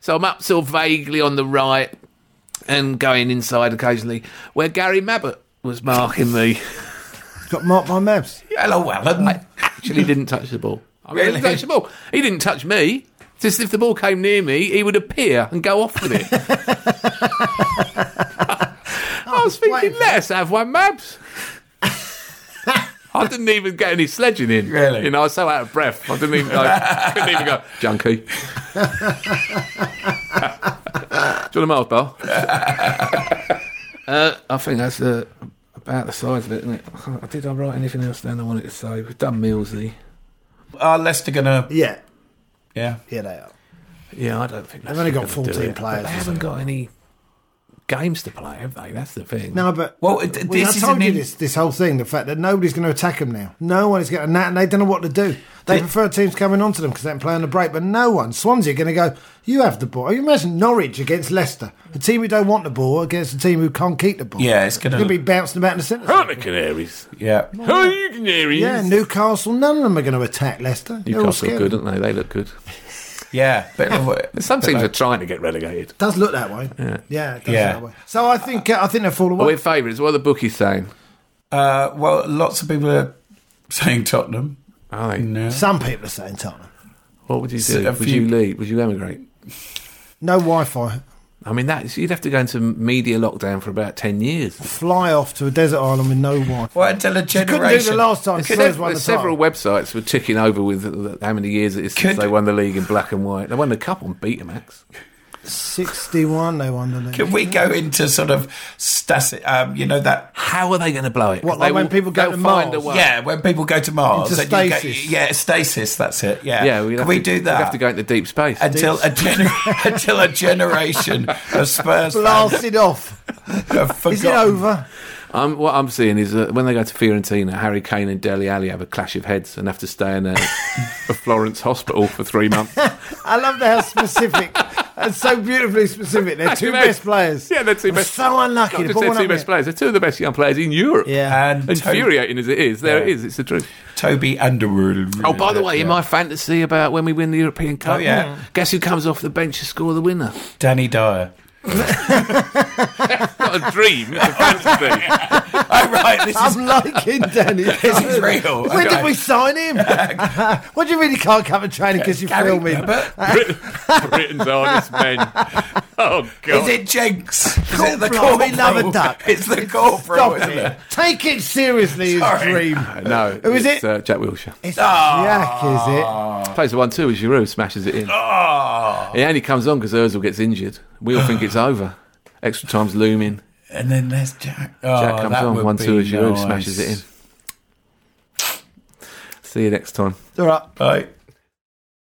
So I'm up sort of vaguely on the right and going inside occasionally where Gary Mabbott was marking me. got marked by Mavs. Hello, Alan. I actually didn't touch the ball. I really? Really? didn't touch the ball. He didn't touch me. Just if the ball came near me, he would appear and go off with it. I was thinking, wait. let us have one, Mabs. I didn't even get any sledging in. Really? You know, I was so out of breath. I didn't even go, couldn't even go, junkie. Do you want a Mars bar? uh, I think that's uh, about the size of it, isn't it? I- Did I write anything else down I wanted to say? We've done Millsy. Are Leicester gonna? Yeah, Yeah. yeah, they are. Yeah, I don't think They've only got gonna do 14 it. players But or They haven't got any games to play, have they? That's the thing. No, but Well, it- We- this I is told an you in- this this whole thing. The fact that nobody's going to attack them now. No one is going, to and they don't know what to do. They prefer teams coming onto them because they can play on the break. But no one, Swansea, are going to go. You have the ball. You imagine Norwich against Leicester, a team who don't want the ball against a team who can't keep the ball. Yeah, it's They're gonna. going to be bouncing about in the centre. Who are the Canaries? yeah. Who are you Canaries? Yeah, Newcastle. None of them are going to attack Leicester. They're all Newcastle scared. are good, aren't they? They look good. Yeah. But Some teams are trying to get relegated. Does look that way. Yeah, it does Yeah. That way. So I think uh, I think they'll fall But away. we're favourites. What are the bookies saying? uh, well, lots of people are saying Tottenham. Aye. No. Some people are saying Tottenham. What would you do? a Would few- you leave? Would you emigrate? No Wi-Fi. I mean, that's you'd have to go into media lockdown for about ten years. Fly off to a desert island with no wine. Well, until a generation. Couldn't do the last time. Spurs won Several, the several title. websites were ticking over with uh, how many years it is since Could- they won the league in black and white. They won the cup on Betamax. 61, they won the league. Can we go into sort of static, um, you know, that. How are they going to blow it? 'Cause What, like they when will- people go they'll to find Mars? a way. Yeah, when people go to Mars. Into and you go- stasis. yeah, stasis, that's it. Yeah. yeah. we'd Can have we to- do that? We'd have to go into deep space. until a, gener- until a generation of Spurs fans Blasted off. have forgotten. Is it over? I'm, what I'm seeing is that when they go to Fiorentina, Harry Kane and Deli Alley have a clash of heads and have to stay in a, a Florence hospital for three months. I love the how specific. That's so beautifully specific. They're two You know, best players. Yeah, they're two I'm best. So unlucky. Not The just ball their two went up best there. players. They're two of the best young players in Europe. Yeah. And Toby, Infuriating as it is, there it is. It's the truth. Toby Underwood. Oh, by the way, in Yeah. my fantasy about when we win the European Cup, Oh, yeah. guess who comes off the bench to score the winner? Danny Dyer. Not a dream. It's a fantasy. Oh, right, this is, I'm liking Danny. this is real. When Okay. did we sign him? what do you mean he can't come and train because you Gary film Uh, him? Abbott? Britain's honest men. Oh Is God. it Jenks? Is it the Corporal, corporal? we love a duck. It's the corporal, Stop isn't it. it? Take it seriously, his Sorry. dream. No, Who is it's, it? Uh, Jack Wilshere. It's Ah. Jack, Plays the one-two as Giroud smashes it in. Oh. Ah. It only comes on because Özil gets injured. We all think it's over. Extra time's looming. And then there's Jack. Oh, Jack comes that on, would one be two as you nice. smashes it in. See you next time. is it? All right. Right.